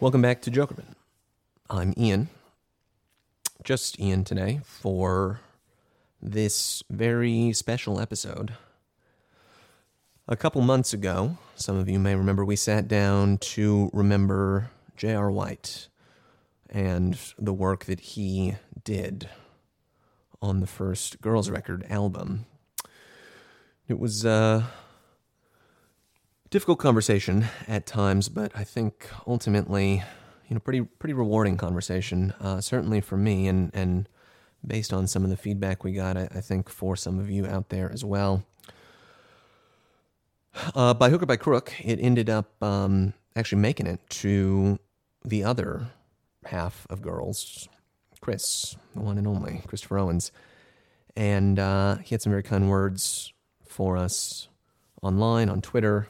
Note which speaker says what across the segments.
Speaker 1: Welcome back to Jokerman. I'm Ian. Just Ian today for this very special episode. A couple months ago, some of you may remember, we sat down to remember J.R. White and the work that he did on the first Girls Record album. It was uh, difficult conversation at times, but I think ultimately, you know, pretty pretty rewarding conversation. Uh, certainly for me, and and based on some of the feedback we got, I, I think for some of you out there as well. Uh, by hook or by crook, it ended up um, actually making it to the other half of girls, Chris, the one and only Christopher Owens, and uh, he had some very kind words for us online on Twitter.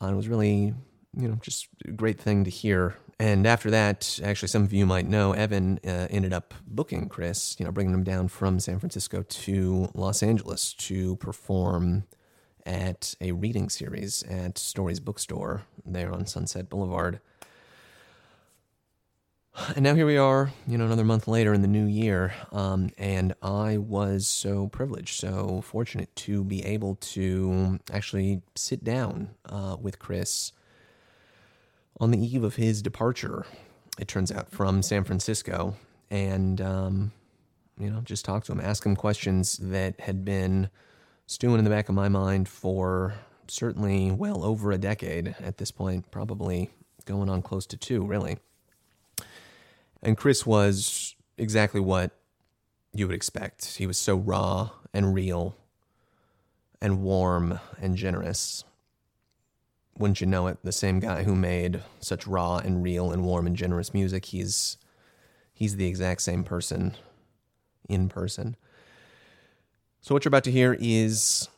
Speaker 1: Uh, it was really, you know, just a great thing to hear. And after that, actually, some of you might know, Evan uh, ended up booking Chris, you know, bringing him down from San Francisco to Los Angeles to perform at a reading series at Stories Bookstore there on Sunset Boulevard. And now here we are, you know, another month later in the new year. Um, and I was so privileged, so fortunate to be able to actually sit down uh, with Chris on the eve of his departure, it turns out, from San Francisco. And, um, you know, just talk to him, ask him questions that had been stewing in the back of my mind for certainly well over a decade at this point, probably going on close to two, really. And Chris was exactly what you would expect. He was so raw and real and warm and generous. Wouldn't you know it? The same guy who made such raw and real and warm and generous music, he's he's the exact same person in person. So what you're about to hear is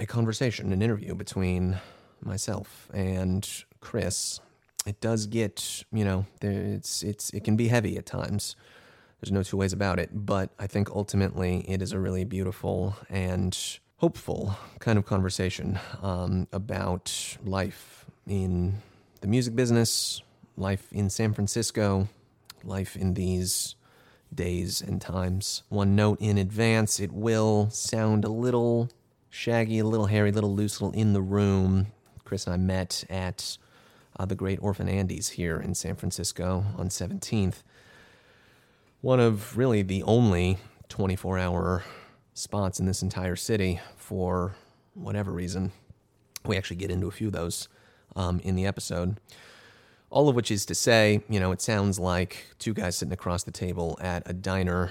Speaker 1: a conversation, an interview between myself and Chris. It does get, you know, there- it's it's it can be heavy at times. There's no two ways about it, but I think ultimately it is a really beautiful and hopeful kind of conversation um, about life in the music business, life in San Francisco, life in these days and times. One note in advance, it will sound a little shaggy, a little hairy, a little loose, a little in the room. Chris and I met at uh, the Great Orphan Andes here in San Francisco on 17th. One of really the only 24 hour spots in this entire city for whatever reason. We actually get into a few of those um, in the episode. All of which is to say, you know, it sounds like two guys sitting across the table at a diner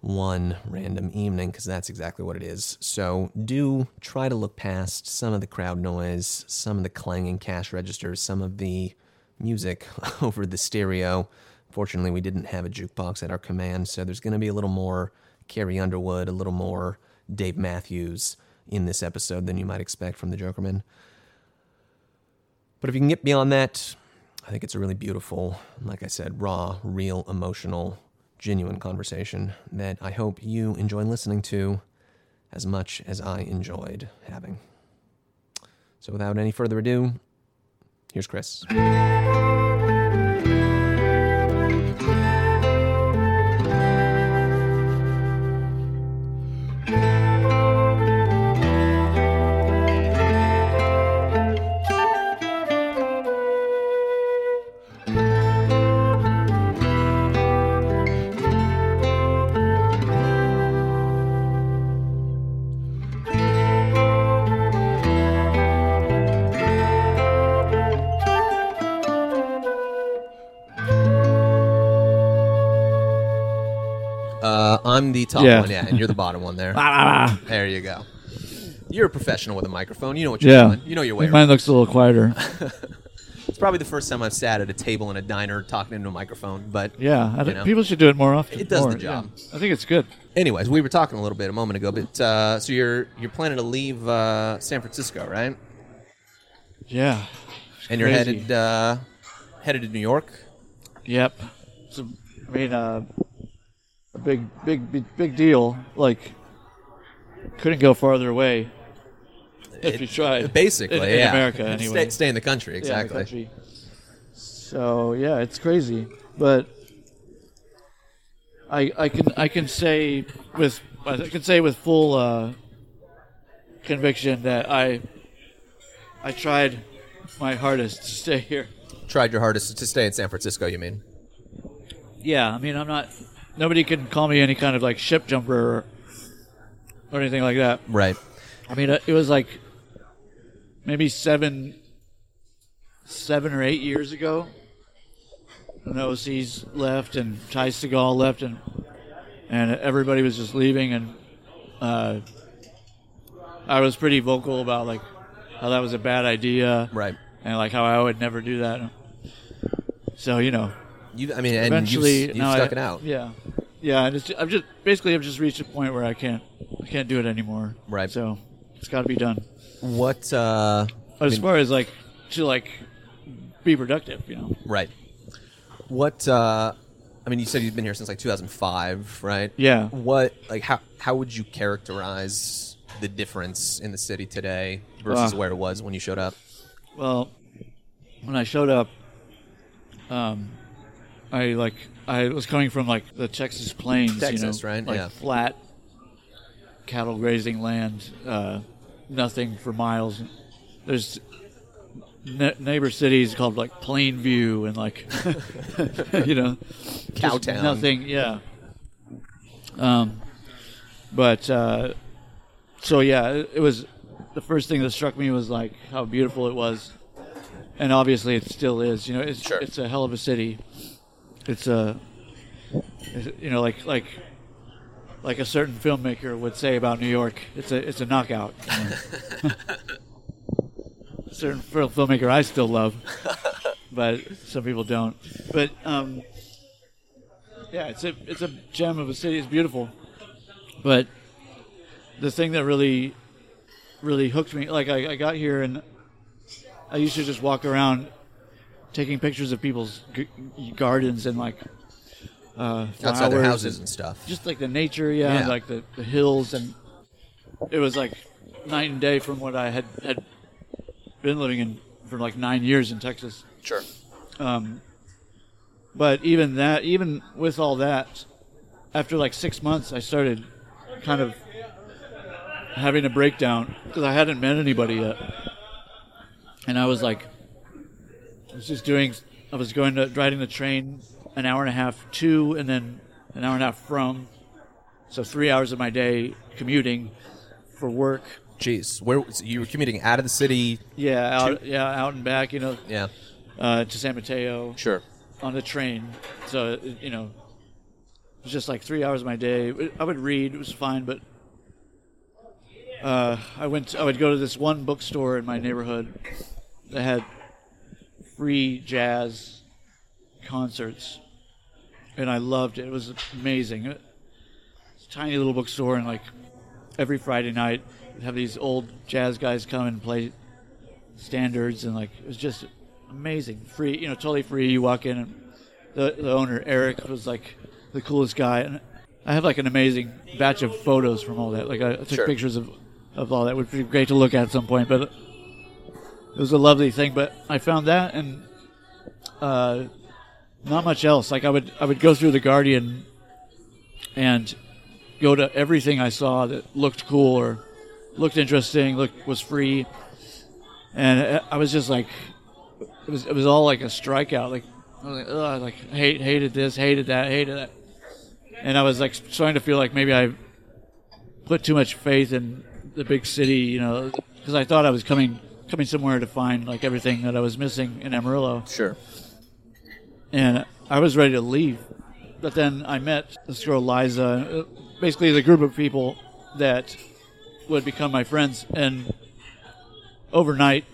Speaker 1: one random evening, because that's exactly what it is. So do try to look past some of the crowd noise, some of the clanging cash registers, some of the music over the stereo. Fortunately, we didn't have a jukebox at our command, so there's going to be a little more Carrie Underwood, a little more Dave Matthews in this episode than you might expect from the Jokerman. But if you can get beyond that, I think it's a really beautiful, like I said, raw, real, emotional, genuine conversation that I hope you enjoy listening to as much as I enjoyed having. So without any further ado, here's Chris. Uh, I'm the top
Speaker 2: Yeah.
Speaker 1: one, yeah, and you're the bottom one there.
Speaker 2: Ah,
Speaker 1: There you go. You're a professional with a microphone. You know what you're
Speaker 2: Yeah.
Speaker 1: doing. You know your way.
Speaker 2: mine
Speaker 1: Around.
Speaker 2: looks a little quieter.
Speaker 1: It's probably the first time I've sat at a table in a diner talking into a microphone. But
Speaker 2: Yeah, I
Speaker 1: You
Speaker 2: think
Speaker 1: know?
Speaker 2: people should do it more often.
Speaker 1: It does the
Speaker 2: more,
Speaker 1: job.
Speaker 2: yeah. I think it's good.
Speaker 1: anyways, we were talking a little bit a moment ago. But uh, so you're you're planning to leave uh, San Francisco, right?
Speaker 2: Yeah.
Speaker 1: And you're
Speaker 2: Crazy.
Speaker 1: headed uh, headed to New York.
Speaker 2: Yep. It's a, I mean, uh, a big, big, big, big deal. Like, couldn't go farther away if you tried.
Speaker 1: Basically,
Speaker 2: in, in
Speaker 1: yeah.
Speaker 2: America
Speaker 1: Stay-
Speaker 2: anyway.
Speaker 1: Stay, in the country,
Speaker 2: Yeah, in the
Speaker 1: exactly.
Speaker 2: country. So yeah, it's crazy, but I I can I can say with I can say with full uh, conviction that I I tried my hardest to stay here.
Speaker 1: Tried your hardest to stay in San Francisco, you mean?
Speaker 2: Yeah, I mean I'm not. Nobody can call me any kind of like ship jumper or, or anything like that.
Speaker 1: Right.
Speaker 2: I mean, it was like maybe seven, seven or eight years ago. When the OCs left and Ty Segal left, and and everybody was just leaving, and uh, I was pretty vocal about like how that was a bad idea,
Speaker 1: Right.
Speaker 2: and like how I would never do that. So you know,
Speaker 1: You, I mean, and
Speaker 2: eventually
Speaker 1: you've, you've
Speaker 2: now
Speaker 1: stuck
Speaker 2: I-
Speaker 1: it out.
Speaker 2: Yeah, yeah. I just, I've just basically I've just reached a point where I can't I can't do it anymore.
Speaker 1: Right.
Speaker 2: So it's got to be done.
Speaker 1: What? Uh,
Speaker 2: But as
Speaker 1: mean-
Speaker 2: far as like to like be productive, you know.
Speaker 1: right. What? Uh, I mean, you said you've been here since like 2005, right?
Speaker 2: Yeah.
Speaker 1: What? Like, how? How would you characterize the difference in the city today versus
Speaker 2: Uh.
Speaker 1: where it was when you showed up?
Speaker 2: Well, when I showed up, um, I like I was coming from like the Texas plains,
Speaker 1: Texas,
Speaker 2: you know,
Speaker 1: right?
Speaker 2: Like
Speaker 1: Yeah.
Speaker 2: flat cattle grazing land, uh, nothing for miles. There's ne- neighbor cities called like Plainview and like you know just
Speaker 1: Cowtown.
Speaker 2: Nothing, yeah. Um, but uh, so yeah, it, it was the first thing that struck me was like how beautiful it was, and obviously it still is. You know, it's
Speaker 1: Sure.
Speaker 2: it's a hell of a city. It's a it's- you know like like like a certain filmmaker would say about New York. It's a it's a knockout. you know. A certain fil- filmmaker I still love, but some people don't. But um, yeah, it's a it's a gem of a city. It's beautiful, but the thing that really really hooked me, like I, I got here and I used to just walk around taking pictures of people's g- gardens and like uh,
Speaker 1: Outside their
Speaker 2: flowers
Speaker 1: houses
Speaker 2: and-
Speaker 1: and stuff.
Speaker 2: just like the nature, yeah,
Speaker 1: Yeah.
Speaker 2: like the, the hills, and it was like night and day from what I had had been living in for like nine years in Texas.
Speaker 1: Sure.
Speaker 2: But even that, even with all that, after like six months, I started kind of having a breakdown because I hadn't met anybody yet, and I was like, I was just doing, I was going to riding the train an hour and a half to, and then an hour and a half from, so three hours of my day commuting for work.
Speaker 1: Jeez, where so you were commuting out of the city?
Speaker 2: Yeah, out, yeah, out and back, you know,
Speaker 1: Yeah.
Speaker 2: uh, to San Mateo.
Speaker 1: Sure.
Speaker 2: on the train. So it- you know, it was just like three hours of my day. I would read; it was fine, but uh, I went. I would go to this one bookstore in my neighborhood that had free jazz concerts, and I loved it. It was amazing. It's a tiny little bookstore, and like every Friday night, they'd have these old jazz guys come and play standards and like it was just amazing free you know totally free you walk in and the, the owner eric was like the coolest guy and i have like an amazing batch of photos from all that like i took
Speaker 1: Sure.
Speaker 2: pictures of of all that which would be great to look at at some point but it was a lovely thing but i found that and uh not much else like i would i would go through the guardian and go to everything i saw that looked cool or looked interesting looked was free and I- I was just like, it was it was all like a strikeout. Like I was like, ugh, like hate hated this, hated that, hated that, and I was like starting to feel like maybe I put too much faith in the big city, you know, because I thought I was coming coming somewhere to find like everything that I was missing in Amarillo
Speaker 1: Sure.
Speaker 2: and I was ready to leave. But then I met this girl, Liza, uh, basically the group of people that would become my friends, and overnight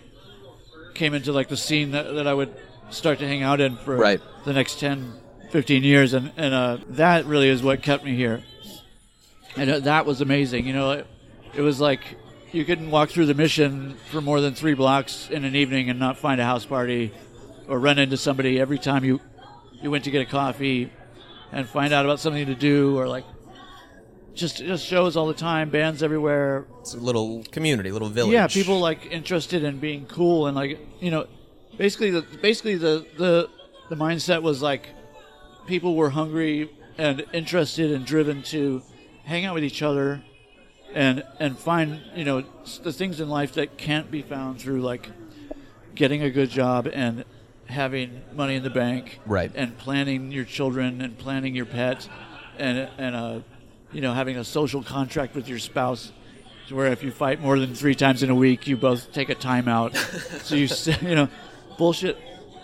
Speaker 2: came into like the scene that, that I would start to hang out in for
Speaker 1: Right.
Speaker 2: the next 10, 15 years. And, and uh, that really is what kept me here. And uh, that was amazing. You know, it, it was like you couldn't walk through the mission for more than three blocks in an evening and not find a house party or run into somebody every time you you went to get a coffee and find out about something to do or like just just shows all the time bands everywhere
Speaker 1: It's a little community, little village.
Speaker 2: yeah people like interested in being cool and like you know basically the basically the the the mindset was like people were hungry and interested and driven to hang out with each other and and find you know s- the things in life that can't be found through like getting a good job and having money in the bank
Speaker 1: Right.
Speaker 2: and planning your children and planning your pet and and uh you know having a social contract with your spouse to where if you fight more than three times in a week you both take a timeout so you s- you know bullshit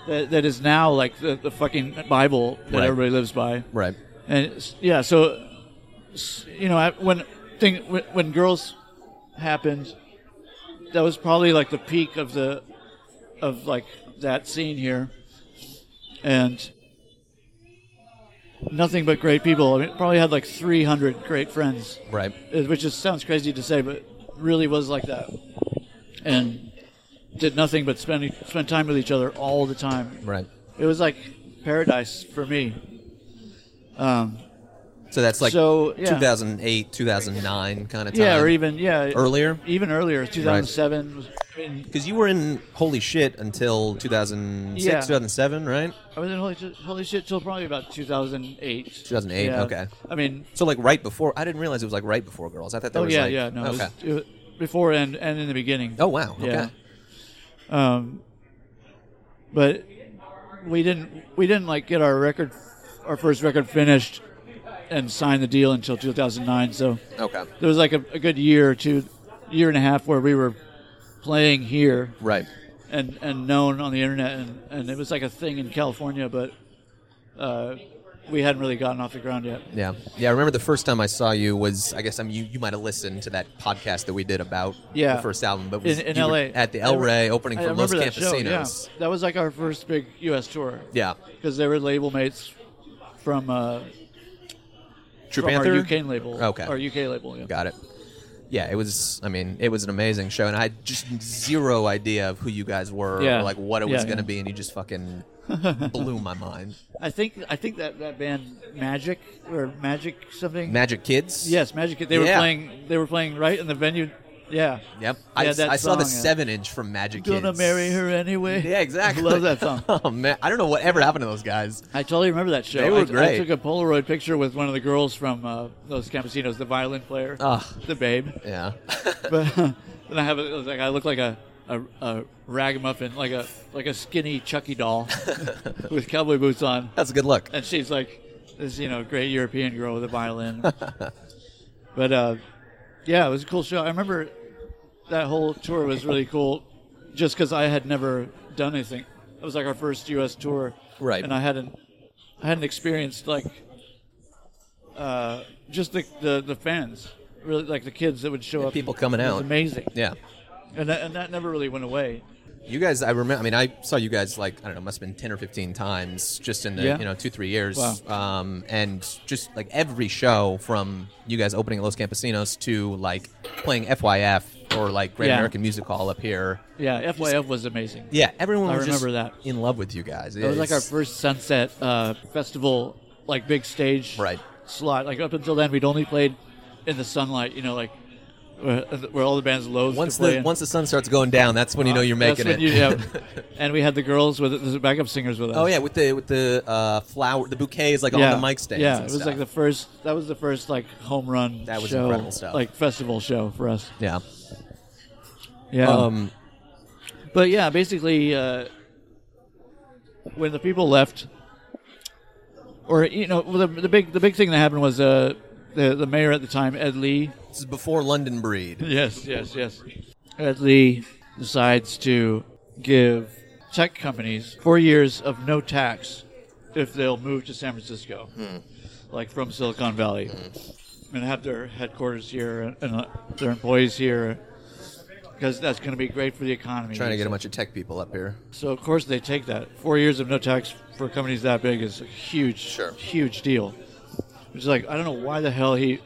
Speaker 2: that, that is now like the, the fucking bible that
Speaker 1: Right.
Speaker 2: everybody lives by
Speaker 1: Right.
Speaker 2: and it's- yeah, so s- you know I- when thing when, when girls happened, that was probably like the peak of the of like that scene here, and nothing but great people. I mean, probably had like three hundred great friends,
Speaker 1: Right.
Speaker 2: uh, which just sounds crazy to say, but really was like that, and did nothing but spend spend time with each other all the time.
Speaker 1: Right.
Speaker 2: It was like paradise for me. Um,
Speaker 1: So that's like
Speaker 2: So, yeah.
Speaker 1: 2008, 2009 kind of time.
Speaker 2: Yeah, or even yeah
Speaker 1: earlier.
Speaker 2: even earlier, 2007. was- I, mean,
Speaker 1: Because you were in Holy Shit until 2006,
Speaker 2: Yeah.
Speaker 1: 2007, right?
Speaker 2: I was in holy, Shit- holy shit till probably about 2008.
Speaker 1: 2008,
Speaker 2: Yeah.
Speaker 1: okay.
Speaker 2: I mean,
Speaker 1: So like right before, I didn't realize it was like right before Girls. I thought that
Speaker 2: oh
Speaker 1: was
Speaker 2: yeah,
Speaker 1: like,
Speaker 2: yeah, no, it was-
Speaker 1: okay.
Speaker 2: it was before and and in the beginning.
Speaker 1: Oh wow, okay.
Speaker 2: Yeah. Um, but we didn't we didn't like get our record, our first record finished, and sign the deal until 2009. So
Speaker 1: Okay.
Speaker 2: there was like a, a good year or two, year and a half where we were playing here
Speaker 1: Right.
Speaker 2: and and known on the internet, and, and it was like a thing in California, but uh, we hadn't really gotten off the ground yet.
Speaker 1: Yeah. Yeah, I remember the first time I saw you was I guess I'm you you might have listened to that podcast that we did about
Speaker 2: Yeah.
Speaker 1: the first album, but was,
Speaker 2: in in
Speaker 1: you
Speaker 2: LA
Speaker 1: were at the
Speaker 2: I
Speaker 1: El
Speaker 2: re-
Speaker 1: Rey opening
Speaker 2: I
Speaker 1: for Los
Speaker 2: remember that show,
Speaker 1: Campesinos.
Speaker 2: yeah, that was like our first big U.S. tour.
Speaker 1: yeah.
Speaker 2: because they were label mates from uh,
Speaker 1: True
Speaker 2: from
Speaker 1: Panther.
Speaker 2: our UK label.
Speaker 1: Okay.
Speaker 2: our UK label. Yeah.
Speaker 1: Got it. Yeah, it was. I mean, it was an amazing show, and I had just zero idea of who you guys were
Speaker 2: Yeah.
Speaker 1: or like what it
Speaker 2: Yeah,
Speaker 1: was
Speaker 2: yeah.
Speaker 1: going to be, and you just fucking blew my mind.
Speaker 2: I think I think that that band Magic or Magic something.
Speaker 1: Magic Kids.
Speaker 2: yes, Magic. They were
Speaker 1: Yeah.
Speaker 2: playing. They were playing right in the venue. Yeah.
Speaker 1: Yep. I,
Speaker 2: Yeah, that
Speaker 1: I saw the
Speaker 2: song, yeah.
Speaker 1: seven inch from Magic Kids.
Speaker 2: Gonna marry her anyway.
Speaker 1: Yeah, exactly.
Speaker 2: Love that song.
Speaker 1: oh man, I don't know whatever happened to those guys.
Speaker 2: I totally remember that show.
Speaker 1: They were
Speaker 2: I,
Speaker 1: great.
Speaker 2: I took a Polaroid picture with one of the girls from uh, Los Campesinos, the violin player,
Speaker 1: Ugh.
Speaker 2: the babe.
Speaker 1: Yeah.
Speaker 2: But and I have a, it was like I look like a, a, a ragamuffin, like a like a skinny Chucky doll with cowboy boots on,
Speaker 1: That's a good look.
Speaker 2: and she's like this you know great European girl with a violin. but uh, yeah, it was a cool show. I remember that whole tour was really cool, just because I had never done anything. It was like our first U.S. tour,
Speaker 1: Right.
Speaker 2: And I hadn't, I hadn't experienced like, uh, just the the, the fans, really like the kids that would show up.
Speaker 1: people coming
Speaker 2: It was
Speaker 1: out.
Speaker 2: amazing,
Speaker 1: Yeah.
Speaker 2: and that, and that never really went away.
Speaker 1: You guys, I remember. I mean, I saw you guys like I don't know, must have been ten or fifteen times just in the
Speaker 2: Yeah.
Speaker 1: you know two three years.
Speaker 2: Wow.
Speaker 1: Um, and just like every show from you guys opening at Los Campesinos to like playing FYF or like Great
Speaker 2: Yeah.
Speaker 1: American Music Hall up here.
Speaker 2: Yeah, FYF was amazing.
Speaker 1: Yeah, everyone.
Speaker 2: I
Speaker 1: was just
Speaker 2: remember that.
Speaker 1: in love with you guys.
Speaker 2: It was like our first Sunset uh, Festival, like big stage
Speaker 1: Right.
Speaker 2: slot. Like up until then, we'd only played in the sunlight, you know, like where, where all the bands loathed
Speaker 1: once
Speaker 2: to play
Speaker 1: the
Speaker 2: in.
Speaker 1: once the sun starts going down. That's when you know you're
Speaker 2: That's
Speaker 1: making
Speaker 2: when
Speaker 1: it.
Speaker 2: you- yeah. and we had the girls with the backup singers with us.
Speaker 1: Oh yeah, with the with the uh, flower, the bouquets like
Speaker 2: yeah.
Speaker 1: on the mic stands.
Speaker 2: Yeah,
Speaker 1: and
Speaker 2: it was
Speaker 1: stuff.
Speaker 2: like the first. That was the first like home run.
Speaker 1: That was
Speaker 2: show,
Speaker 1: incredible stuff.
Speaker 2: Like festival show for us.
Speaker 1: yeah.
Speaker 2: Yeah.
Speaker 1: Um,
Speaker 2: But yeah, basically, uh, when the people left, or you know, the, the big the big thing that happened was uh, the the mayor at the time, Ed Lee.
Speaker 1: this is before London Breed.
Speaker 2: Yes, yes, yes. Ed Lee decides to give tech companies four years of no tax if they'll move to San Francisco,
Speaker 1: Hmm.
Speaker 2: like from Silicon Valley, and have their headquarters here and, and uh, their employees here, because that's going to be great for the economy.
Speaker 1: Trying to
Speaker 2: He
Speaker 1: get a bunch of tech people up here.
Speaker 2: so of course they take that. Four years of no tax for companies that big is a huge,
Speaker 1: Sure.
Speaker 2: huge deal. Which is like I don't know why the hell he,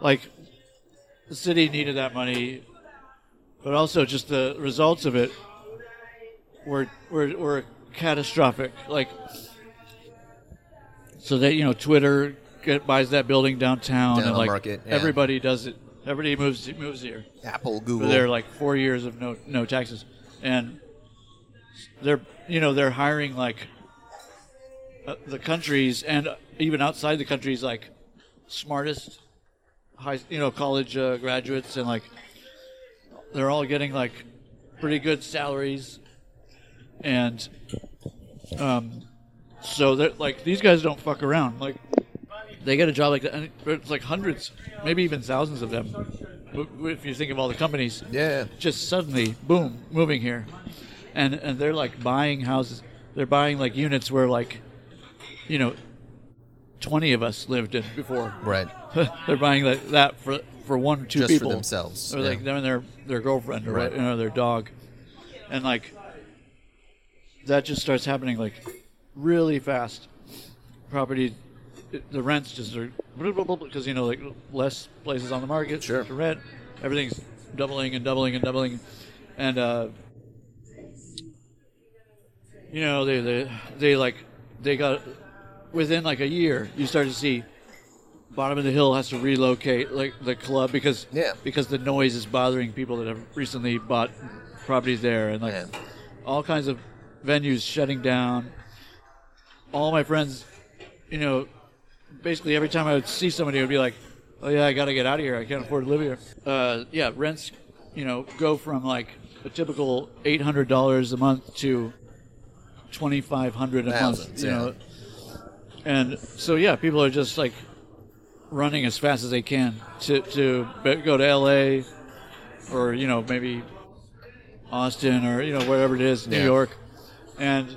Speaker 2: like, the city needed that money, but also just the results of it were were, were catastrophic. Like, so that you know Twitter get, buys that building downtown,
Speaker 1: Down
Speaker 2: and
Speaker 1: on
Speaker 2: like
Speaker 1: Market, yeah.
Speaker 2: everybody does it. Everybody moves moves here
Speaker 1: Apple,
Speaker 2: for
Speaker 1: Google.
Speaker 2: their like four years of no no taxes, and they're you know they're hiring like uh, the countries and even outside the countries like smartest high you know college uh, graduates and like they're all getting like pretty good salaries and um so they're like these guys don't fuck around like they get a job like that and it's like hundreds maybe even thousands of them w- w- if you think of all the companies
Speaker 1: Yeah.
Speaker 2: just suddenly boom moving here and and they're like buying houses they're buying like units where like you know 20 of us lived in before
Speaker 1: Right.
Speaker 2: they're buying like that for for one two
Speaker 1: Just for
Speaker 2: people
Speaker 1: themselves,
Speaker 2: or
Speaker 1: yeah.
Speaker 2: like them and their their girlfriend or
Speaker 1: Right.
Speaker 2: you know their dog and like that just starts happening like really fast property it- the rents just are because you know like less places on the market
Speaker 1: Sure.
Speaker 2: to rent everything's doubling and doubling and doubling and uh you know they they, they like they got within like a year you start to see bottom of the hill has to relocate like the club because
Speaker 1: Yeah.
Speaker 2: because the noise is bothering people that have recently bought properties there and like
Speaker 1: Man.
Speaker 2: all kinds of venues shutting down all my friends you know basically every time i would see somebody it would be like oh yeah i gotta get out of here i can't afford to live here uh, yeah rents you know go from like a typical $800 a month to 2500 a month
Speaker 1: Thousands,
Speaker 2: you
Speaker 1: yeah.
Speaker 2: know and so yeah people are just like running as fast as they can to to be- go to LA or you know maybe Austin or you know wherever it is New
Speaker 1: Yeah.
Speaker 2: York and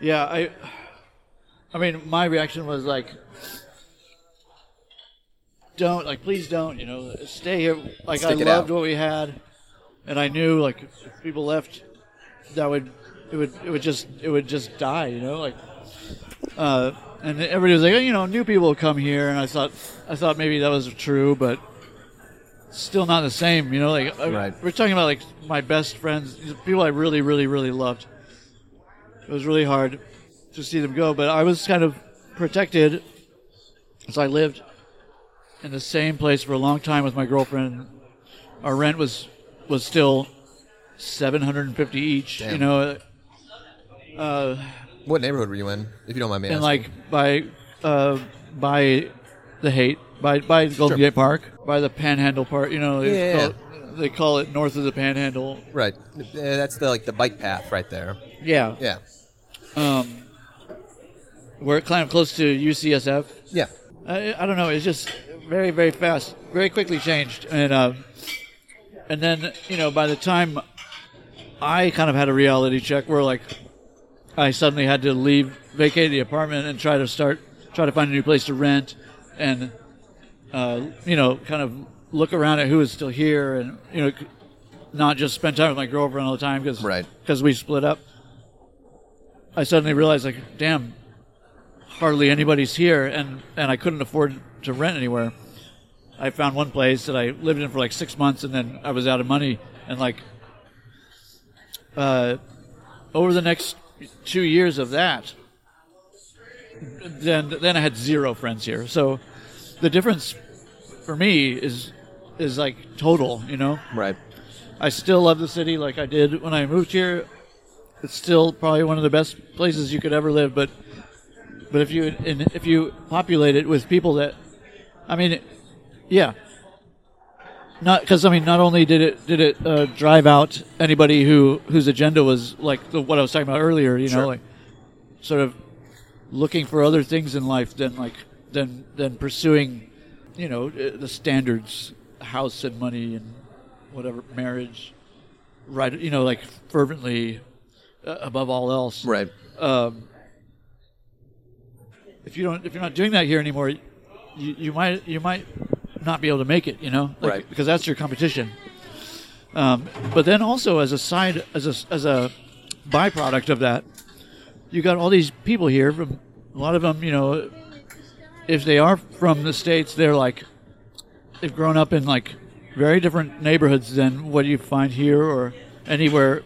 Speaker 2: yeah I I mean my reaction was like don't like please don't you know stay here like I
Speaker 1: Stick it
Speaker 2: loved
Speaker 1: out.
Speaker 2: what we had and I knew like if people left that would it would it would just it would just die you know like uh, and everybody was like, oh, you know, new people come here, and I thought, I thought maybe that was true, but still not the same, you know. Like I-
Speaker 1: Right.
Speaker 2: we're talking about like my best friends, these people I really, really, really loved. It was really hard to see them go, but I was kind of protected, as I lived in the same place for a long time with my girlfriend. Our rent was was still seven hundred and fifty each, you
Speaker 1: Damn.
Speaker 2: know.
Speaker 1: What neighborhood were you in, if you don't mind me
Speaker 2: and
Speaker 1: asking?
Speaker 2: like by uh, by the hate by by the Golden
Speaker 1: Sure.
Speaker 2: Gate Park by the Panhandle Park. You know, they,
Speaker 1: Yeah.
Speaker 2: call, it, they call it north of the Panhandle.
Speaker 1: right. Uh, that's the like the bike path right there.
Speaker 2: Yeah,
Speaker 1: Yeah.
Speaker 2: Um, we're kind of close to UCSF.
Speaker 1: Yeah.
Speaker 2: I, I don't know. It's just very, very fast, very quickly changed, and um, and then you know by the time I kind of had a reality check where like I suddenly had to leave, vacate the apartment, and try to start try to find a new place to rent, and uh, you know kind of look around at who is still here, and you know c- not just spend time with my girlfriend all the time because
Speaker 1: Right.
Speaker 2: we split up. I suddenly realized like damn hardly anybody's here and and I couldn't afford to rent anywhere. I found one place that I lived in for like six months and then I was out of money and like uh, over the next two years of that then then I had zero friends here. So the difference for me is is like total, you know?
Speaker 1: Right.
Speaker 2: I still love the city like I did when I moved here. It's still probably one of the best places you could ever live, but but if you and if you populate it with people that, I mean, yeah, not because I mean not only did it did it uh, drive out anybody who whose agenda was like the, what I was talking about earlier, you know,
Speaker 1: Sure.
Speaker 2: like sort of looking for other things in life than like than than pursuing, you know, uh, the standards, house and money and whatever marriage, right? You know, like fervently uh, above all else,
Speaker 1: Right.
Speaker 2: if you don't if you're not doing that here anymore you, you might you might not be able to make it you know Like,
Speaker 1: Right.
Speaker 2: because that's your competition um, but then also as a side as a as a byproduct of that you got all these people here from a lot of them you know if they are from the states they're like they've grown up in like very different neighborhoods than what you find here or anywhere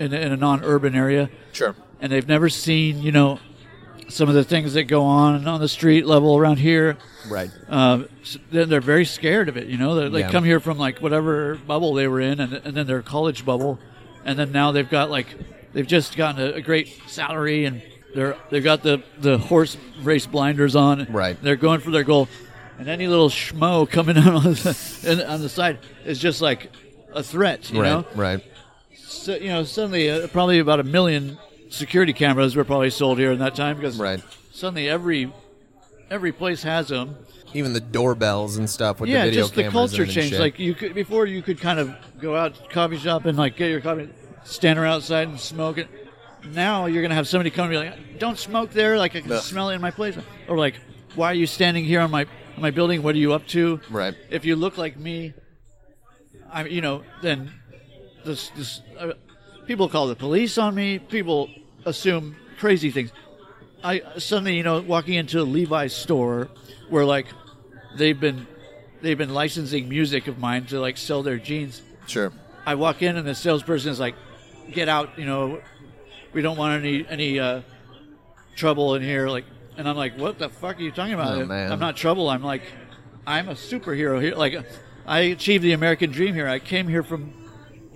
Speaker 2: in, a- in a non-urban area
Speaker 1: Sure.
Speaker 2: and they've never seen you know some of the things that go on on the street level around here
Speaker 1: Right.
Speaker 2: uh, s- then they're very scared of it you know they're, they
Speaker 1: Yeah.
Speaker 2: come here from like whatever bubble they were in and, and then their college bubble and then now they've got like they've just gotten a, a great salary and They're they've got the the horse race blinders on.
Speaker 1: Right.
Speaker 2: They're going for their goal, and any little schmo coming out on the in, on the side is just like a threat. You
Speaker 1: right,
Speaker 2: know.
Speaker 1: right.
Speaker 2: So, you know, suddenly uh, probably about a million security cameras were probably sold here in that time because
Speaker 1: Right.
Speaker 2: suddenly every every place has them.
Speaker 1: Even the doorbells and stuff with
Speaker 2: yeah,
Speaker 1: the video
Speaker 2: just the
Speaker 1: cameras
Speaker 2: culture
Speaker 1: and
Speaker 2: change.
Speaker 1: Shit.
Speaker 2: Like you could before, you could kind of go out to coffee shop and like get your coffee, stand around outside and smoke it. Now you're gonna have somebody come and be like, "Don't smoke there!" Like I can
Speaker 1: Ugh.
Speaker 2: smell it in my place, or like, "Why are you standing here on my on my building? What are you up to?"
Speaker 1: Right.
Speaker 2: If you look like me, I you know then this this uh, people call the police on me. People assume crazy things. I suddenly, you know, walking into a Levi's store where like they've been they've been licensing music of mine to like sell their jeans.
Speaker 1: sure.
Speaker 2: I walk in and the salesperson is like, "Get out! You know, we don't want any any uh, trouble in here." Like, and I'm like, "What the fuck are you talking about?
Speaker 1: Oh, man.
Speaker 2: I'm not trouble. I'm like, I'm a superhero here. Like, I achieved the American dream here. I came here from."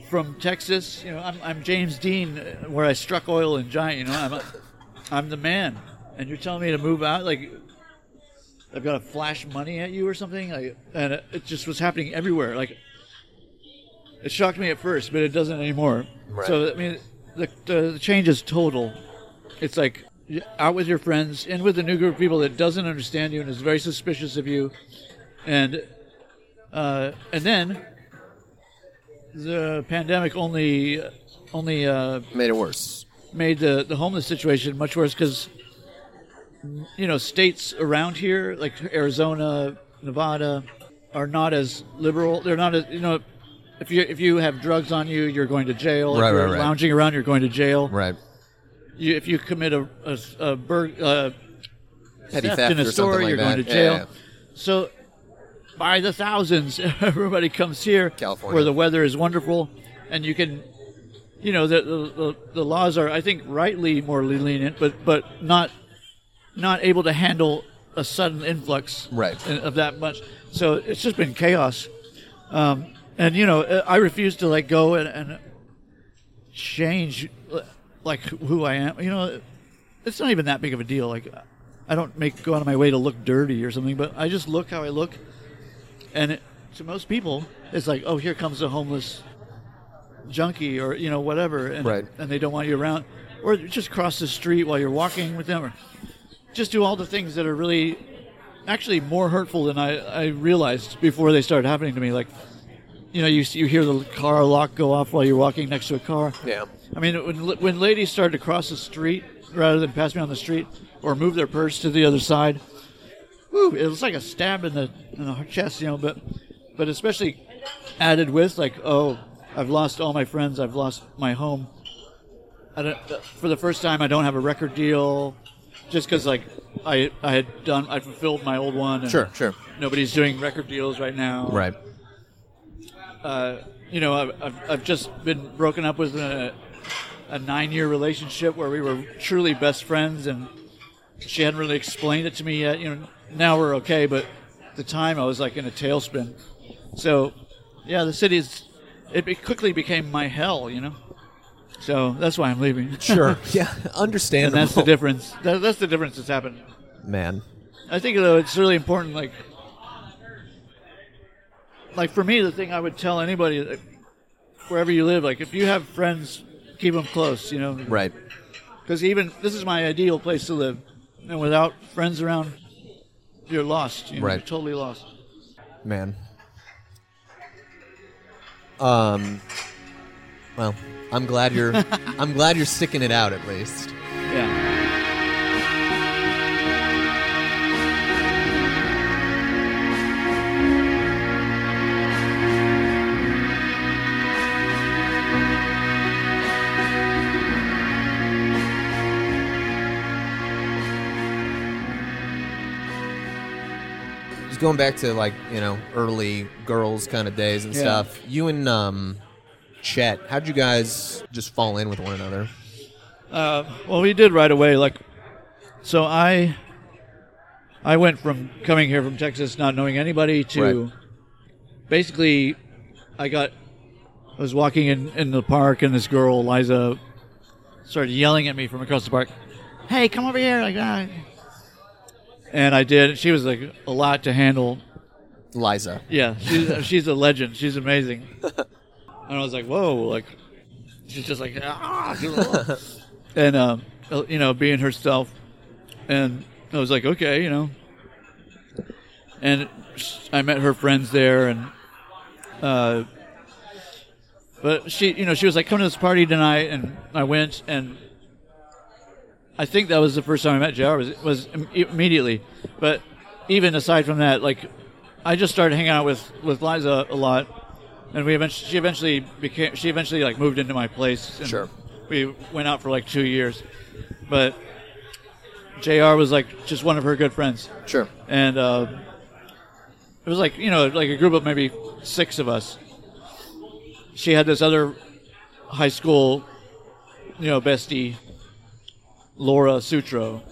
Speaker 2: From Texas, you know, I'm, I'm James Dean, uh, where I struck oil in giant. You know, I'm a, I'm the man, and you're telling me to move out. Like, I've got to flash money at you or something. Like, and it, it just was happening everywhere. Like, it shocked me at first, but it doesn't anymore.
Speaker 1: Right.
Speaker 2: So I mean, the, the the change is total. It's like y- out with your friends, in with a new group of people that doesn't understand you and is very suspicious of you, and uh, and then the pandemic only only uh,
Speaker 1: Made it worse.
Speaker 2: made the, the homeless situation much worse because you know states around here like Arizona, Nevada are not as liberal. They're not as you know if you if you have drugs on you, you're going to jail.
Speaker 1: Right,
Speaker 2: if you're
Speaker 1: right, right.
Speaker 2: Lounging around, you're going to jail.
Speaker 1: Right.
Speaker 2: You, if you commit a a, a bur- uh,
Speaker 1: Petty
Speaker 2: Theft
Speaker 1: theft
Speaker 2: in a
Speaker 1: or
Speaker 2: store,
Speaker 1: something like
Speaker 2: you're
Speaker 1: that.
Speaker 2: going to
Speaker 1: Yeah,
Speaker 2: jail.
Speaker 1: yeah.
Speaker 2: So, by the thousands, everybody comes here,
Speaker 1: California.
Speaker 2: where the weather is wonderful, and you can, you know, the the, the, the laws are, I think, rightly more lenient, but but not not able to handle a sudden influx
Speaker 1: Right.
Speaker 2: in- of that much. So it's just been chaos, um, and you know, I refuse to like go and, and change like who I am. You know, it's not even that big of a deal. Like, I don't make go out of my way to look dirty or something, but I just look how I look, and it, to most people, it's like, oh, here comes a homeless junkie or you know whatever, and
Speaker 1: Right.
Speaker 2: and they don't want you around, or just cross the street while you're walking with them, or just do all the things that are really actually more hurtful than I, I realized before they started happening to me. Like, you know, you s- you hear the car lock go off while you're walking next to a car.
Speaker 1: Yeah.
Speaker 2: I mean, when, when ladies started to cross the street rather than pass me on the street or move their purse to the other side, whew, it was like a stab in the, in the chest, you know. But but especially added with like, oh, I've lost all my friends, I've lost my home. I don't, for the first time, I don't have a record deal, just because like I I had done I fulfilled my old one. And
Speaker 1: Sure, sure.
Speaker 2: Nobody's doing record deals right now
Speaker 1: Right.
Speaker 2: you know, I've, I've, I've just been broken up with a, a nine year relationship where we were truly best friends and she hadn't really explained it to me yet. You know, now we're okay, but at the time I was like in a tailspin. So, yeah, the city is, it be- quickly became my hell, you know? So that's why I'm leaving.
Speaker 3: Sure.
Speaker 1: Yeah,
Speaker 2: and
Speaker 1: understandable.
Speaker 2: that's the difference. That, that's the difference that's happened.
Speaker 3: Man.
Speaker 2: I think though it's really important. Like, like for me, the thing I would tell anybody, like, wherever you live, like if you have friends, keep them close. You know,
Speaker 1: Right.
Speaker 2: because even this is my ideal place to live, and without friends around, you're lost. You know,
Speaker 1: Right.
Speaker 2: You're totally lost.
Speaker 3: Man.
Speaker 1: Um. Well, I'm glad you're. I'm glad you're sticking it out at least.
Speaker 2: Yeah.
Speaker 1: Just going back to like you know early girls kind of days and
Speaker 2: Yeah.
Speaker 1: stuff. You and um, Chet, how'd you guys just fall in with one another?
Speaker 2: Uh, well, we did right away. Like, so I, I went from coming here from Texas, not knowing anybody, to
Speaker 1: Right.
Speaker 2: basically, I got, I was walking in in the park, and this girl Liza started yelling at me from across the park, hey, come over here, like that. And I did. She was like a lot to handle.
Speaker 1: Liza.
Speaker 2: Yeah, she's she's a legend. She's amazing. And I was like, whoa, like she's just like ah, and um, you know, being herself. And I was like, okay, you know. And sh- I met her friends there, and uh, but she, you know, she was like, come to this party tonight, and I went, and I think that was the first time I met JR was was im- immediately. But even aside from that, like I just started hanging out with with Liza a lot, and we eventually she eventually became she eventually like moved into my place. And
Speaker 1: Sure.
Speaker 2: We went out for like two years, but Jr was like just one of her good friends,
Speaker 1: Sure.
Speaker 2: and uh, it was like you know like a group of maybe six of us. She had this other high school, you know, bestie, Laura Sutro.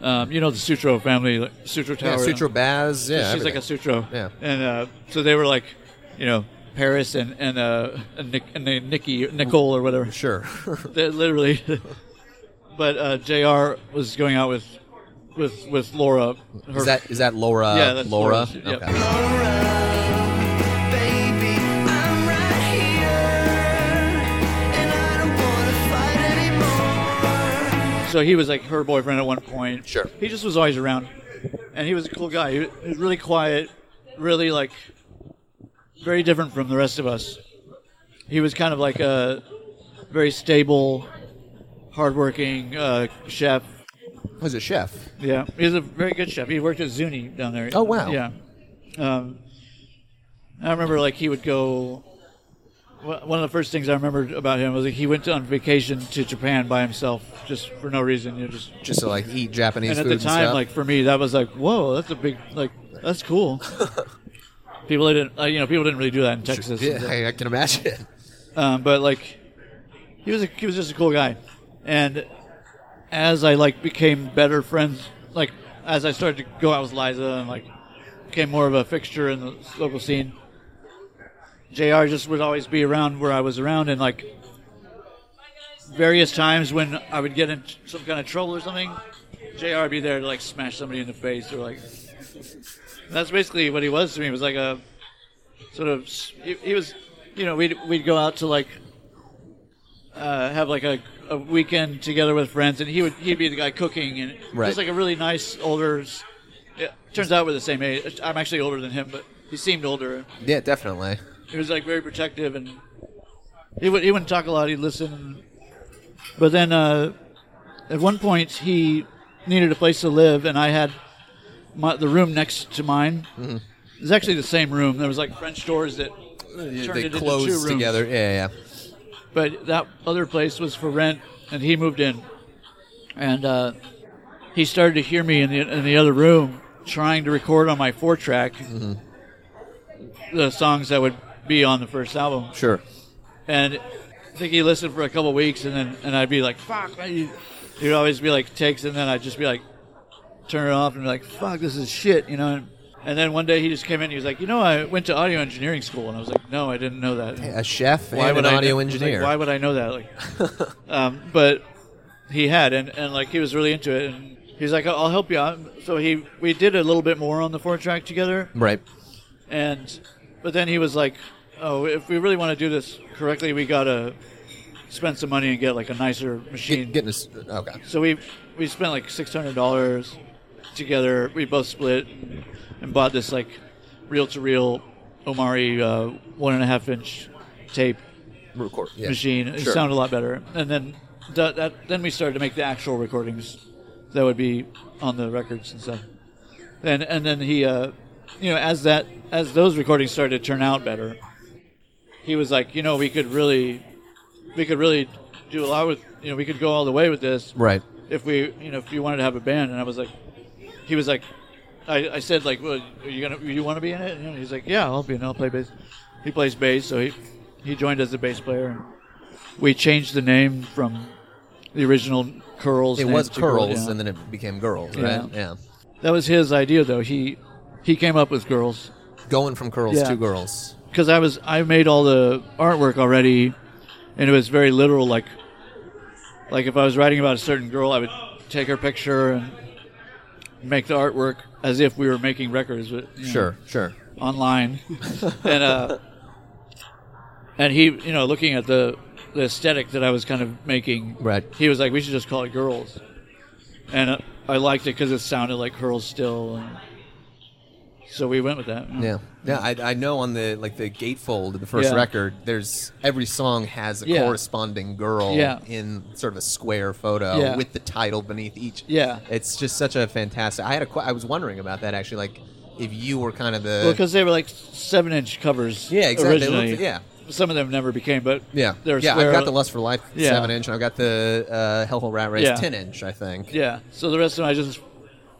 Speaker 2: Um, you know the Sutro family, like, Sutro Tower.
Speaker 1: Yeah, Sutro Baz. Yeah,
Speaker 2: She's
Speaker 1: everything.
Speaker 2: like a Sutro.
Speaker 1: Yeah.
Speaker 2: And uh, so they were like, you know, Paris and and uh, and, Nick, and then Nikki Nicole or whatever.
Speaker 1: Sure.
Speaker 2: They literally. but uh, Jr. was going out with with with Laura. Her,
Speaker 1: is that is that Laura?
Speaker 2: Yeah, that's
Speaker 1: Laura.
Speaker 2: Laura, yeah.
Speaker 1: Okay.
Speaker 4: Baby, I'm right here, and I don't wanna fight anymore.
Speaker 2: so he was like her boyfriend at one point.
Speaker 1: Sure.
Speaker 2: He just was always around, and he was a cool guy. He was- he was really quiet, really like very different from the rest of us. He was kind of like a very stable, hardworking uh, chef.
Speaker 1: Who's a chef?
Speaker 2: Yeah, he's a very good chef. He worked at Zuni down there.
Speaker 1: Oh, wow.
Speaker 2: Yeah, um, I remember like he would go. wha- One of the first things I remembered about him was like, he went on vacation to Japan by himself, just for no reason. You know, just
Speaker 1: Just to like eat Japanese
Speaker 2: and at
Speaker 1: food
Speaker 2: the time,
Speaker 1: and stuff.
Speaker 2: like for me, that was like, whoa, that's a big like, that's cool. people didn't, uh, you know, people didn't really do that in Texas.
Speaker 1: yeah, I, I can imagine.
Speaker 2: Um, but like, he was a, he was just a cool guy, and as I like became better friends, like as I started to go out with Liza and like became more of a fixture in the local scene, Jr. just would always be around where I was around, and like various times when I would get in some kind of trouble or something, Jr. would be there to like smash somebody in the face or like. That's basically what he was to me. He was like a sort of s- he, he was you know we'd we'd go out to like uh, have like a, a weekend together with friends and he would he'd be the guy cooking and
Speaker 1: Right.
Speaker 2: just like a really nice older s- yeah, turns out we're the same age I'm actually older than him but he seemed older
Speaker 1: Yeah, definitely.
Speaker 2: he was like very protective and he would he wouldn't talk a lot he'd listen but then uh, at one point he needed a place to live and I had my, the room next to mine
Speaker 1: Mm-hmm.
Speaker 2: it was actually the same room there was like French doors that turned
Speaker 1: they
Speaker 2: it into
Speaker 1: close
Speaker 2: two rooms.
Speaker 1: together. Yeah, yeah.
Speaker 2: but that other place was for rent, and he moved in, and uh, he started to hear me in the in the other room trying to record on my four track
Speaker 1: Mm-hmm.
Speaker 2: the songs that would be on the first album,
Speaker 1: Sure.
Speaker 2: and I think he listened for a couple weeks, and then and I'd be like, "Fuck!" man," He'd he'd always be like takes, and then I'd just be like, turn it off, and be like, "Fuck, this is shit," you know. And, and then one day he just came in. He was like, "You know, I went to audio engineering school," and I was like, "No, I didn't know that."
Speaker 1: A chef
Speaker 2: why
Speaker 1: and
Speaker 2: would
Speaker 1: an
Speaker 2: I
Speaker 1: audio
Speaker 2: know- I was like,
Speaker 1: engineer.
Speaker 2: why would I know that? Like, um, but he had, and, and like he was really into it, and he's like, "I'll I'll help you out." So he we did a little bit more on the four track together,
Speaker 1: right.
Speaker 2: and but then he was like, "Oh, if we really want to do this correctly, we gotta spend some money and get like a nicer machine."
Speaker 1: Get, getting this. Okay.
Speaker 2: So we we spent like six hundred dollars together. We both split and bought this like reel to reel Omari uh, one and a half inch tape
Speaker 1: Record. Yeah.
Speaker 2: machine. It
Speaker 1: Sure.
Speaker 2: sounded a lot better. And then that, that then we started to make the actual recordings that would be on the records and stuff. And and then he, uh, you know, as that as those recordings started to turn out better, he was like, you know, we could really, we could really do a lot with, you know, we could go all the way with this
Speaker 1: Right.
Speaker 2: if we, you know, if you wanted to have a band. And I was like, he was like, I, I said like, well, are you gonna, you want to be in it? And he's like, yeah, I'll be in. it. I'll play bass. He plays bass, so he he joined as a bass player. And we changed the name from the original Curls.
Speaker 1: It
Speaker 2: name
Speaker 1: was
Speaker 2: to Girl,
Speaker 1: curls,
Speaker 2: yeah.
Speaker 1: and then it became girls.
Speaker 2: Yeah.
Speaker 1: Right. Yeah.
Speaker 2: that was his idea, though. He he came up with Girls
Speaker 1: Going from curls
Speaker 2: Yeah.
Speaker 1: to girls.
Speaker 2: because I was I made all the artwork already, and it was very literal. Like Like if I was writing about a certain girl, I would take her picture and make the artwork as if we were making records. But, you know,
Speaker 1: Sure,
Speaker 2: Mm.
Speaker 1: sure.
Speaker 2: online, and uh, and he, you know, looking at the the aesthetic that I was kind of making,
Speaker 1: Right.
Speaker 2: He was like, "We should just call it Girls," and uh, I liked it because it sounded like Curls still, and so we went with that.
Speaker 1: Yeah, yeah. I, I know on the like the gatefold, the first
Speaker 2: Yeah.
Speaker 1: record. There's every song has a
Speaker 2: Yeah.
Speaker 1: corresponding girl
Speaker 2: Yeah.
Speaker 1: in sort of a square photo
Speaker 2: Yeah.
Speaker 1: with the title beneath each.
Speaker 2: Yeah.
Speaker 1: it's just such a fantastic. I had a que- I was wondering about that actually, like if you were kind of the
Speaker 2: Well, because they were like seven inch covers.
Speaker 1: yeah exactly They
Speaker 2: Originally.
Speaker 1: looked- yeah.
Speaker 2: Some of them never became, but
Speaker 1: Yeah,
Speaker 2: they're
Speaker 1: yeah.
Speaker 2: square-
Speaker 1: I've got the Lust for Life
Speaker 2: Yeah.
Speaker 1: seven inch, and I've got the uh, Hellhole Rat Race
Speaker 2: Yeah.
Speaker 1: ten inch. I think.
Speaker 2: Yeah. So the rest of them, I just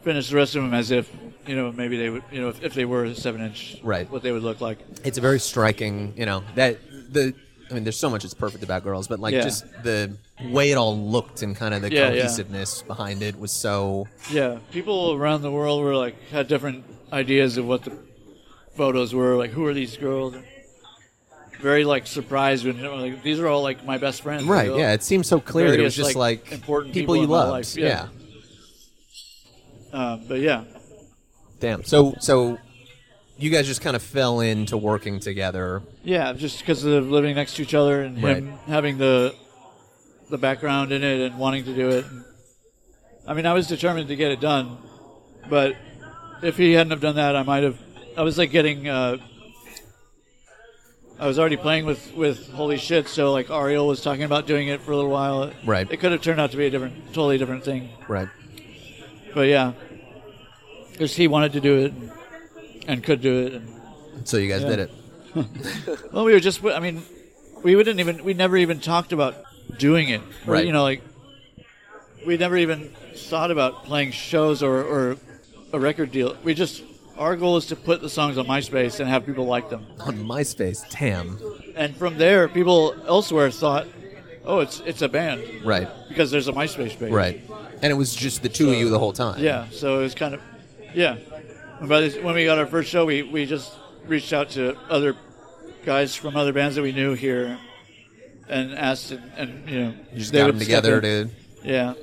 Speaker 2: finished the rest of them as if, you know, maybe they would, you know, if, if they were seven inch,
Speaker 1: Right.
Speaker 2: what they would look like.
Speaker 1: it's a very striking you know that the i mean there's so much that's perfect about girls but like
Speaker 2: Yeah.
Speaker 1: just the way it all looked and kind of the
Speaker 2: Yeah, yeah.
Speaker 1: cohesiveness behind it was so
Speaker 2: Yeah. People around the world were like had different ideas of what the photos were. Like, who are these girls? Very like surprised when you know, like these are all like my best friends.
Speaker 1: right
Speaker 2: They're all-
Speaker 1: yeah it seemed so clear that it was
Speaker 2: Various,
Speaker 1: just
Speaker 2: like,
Speaker 1: like,
Speaker 2: important
Speaker 1: people,
Speaker 2: people
Speaker 1: you
Speaker 2: in my
Speaker 1: loved
Speaker 2: life,
Speaker 1: yeah.
Speaker 2: yeah. Um, but yeah.
Speaker 1: damn so so you guys just kind of fell into working together
Speaker 2: Yeah, just because of living next to each other and him
Speaker 1: Right.
Speaker 2: having the the background in it and wanting to do it. I mean, I was determined to get it done, but if he hadn't have done that, I might have. I was like getting. Uh, I was already playing with with holy shit. So like Ariel was talking about doing it for a little while.
Speaker 1: Right.
Speaker 2: It could have turned out to be a different, totally different thing.
Speaker 1: right
Speaker 2: But yeah, because he wanted to do it and could do it. And,
Speaker 1: so you guys did it
Speaker 2: Well, we were just. I mean, we didn't even. We never even talked about doing it. Or,
Speaker 1: Right.
Speaker 2: You know, like we never even thought about playing shows or, or a record deal. We just. Our goal is to put the songs on MySpace and have people like them.
Speaker 1: on myspace damn
Speaker 2: And from there, people elsewhere thought, "Oh, it's it's a band
Speaker 1: right
Speaker 2: because there's a MySpace page."
Speaker 1: right and it was just the two of you the whole time
Speaker 2: Yeah. So it was kind of. Yeah. And by this, when we got our first show, we we just reached out to other guys from other bands that we knew here, and asked and, and you know
Speaker 1: you just
Speaker 2: they
Speaker 1: got
Speaker 2: would
Speaker 1: them
Speaker 2: step
Speaker 1: together
Speaker 2: in.
Speaker 1: to
Speaker 2: Yeah.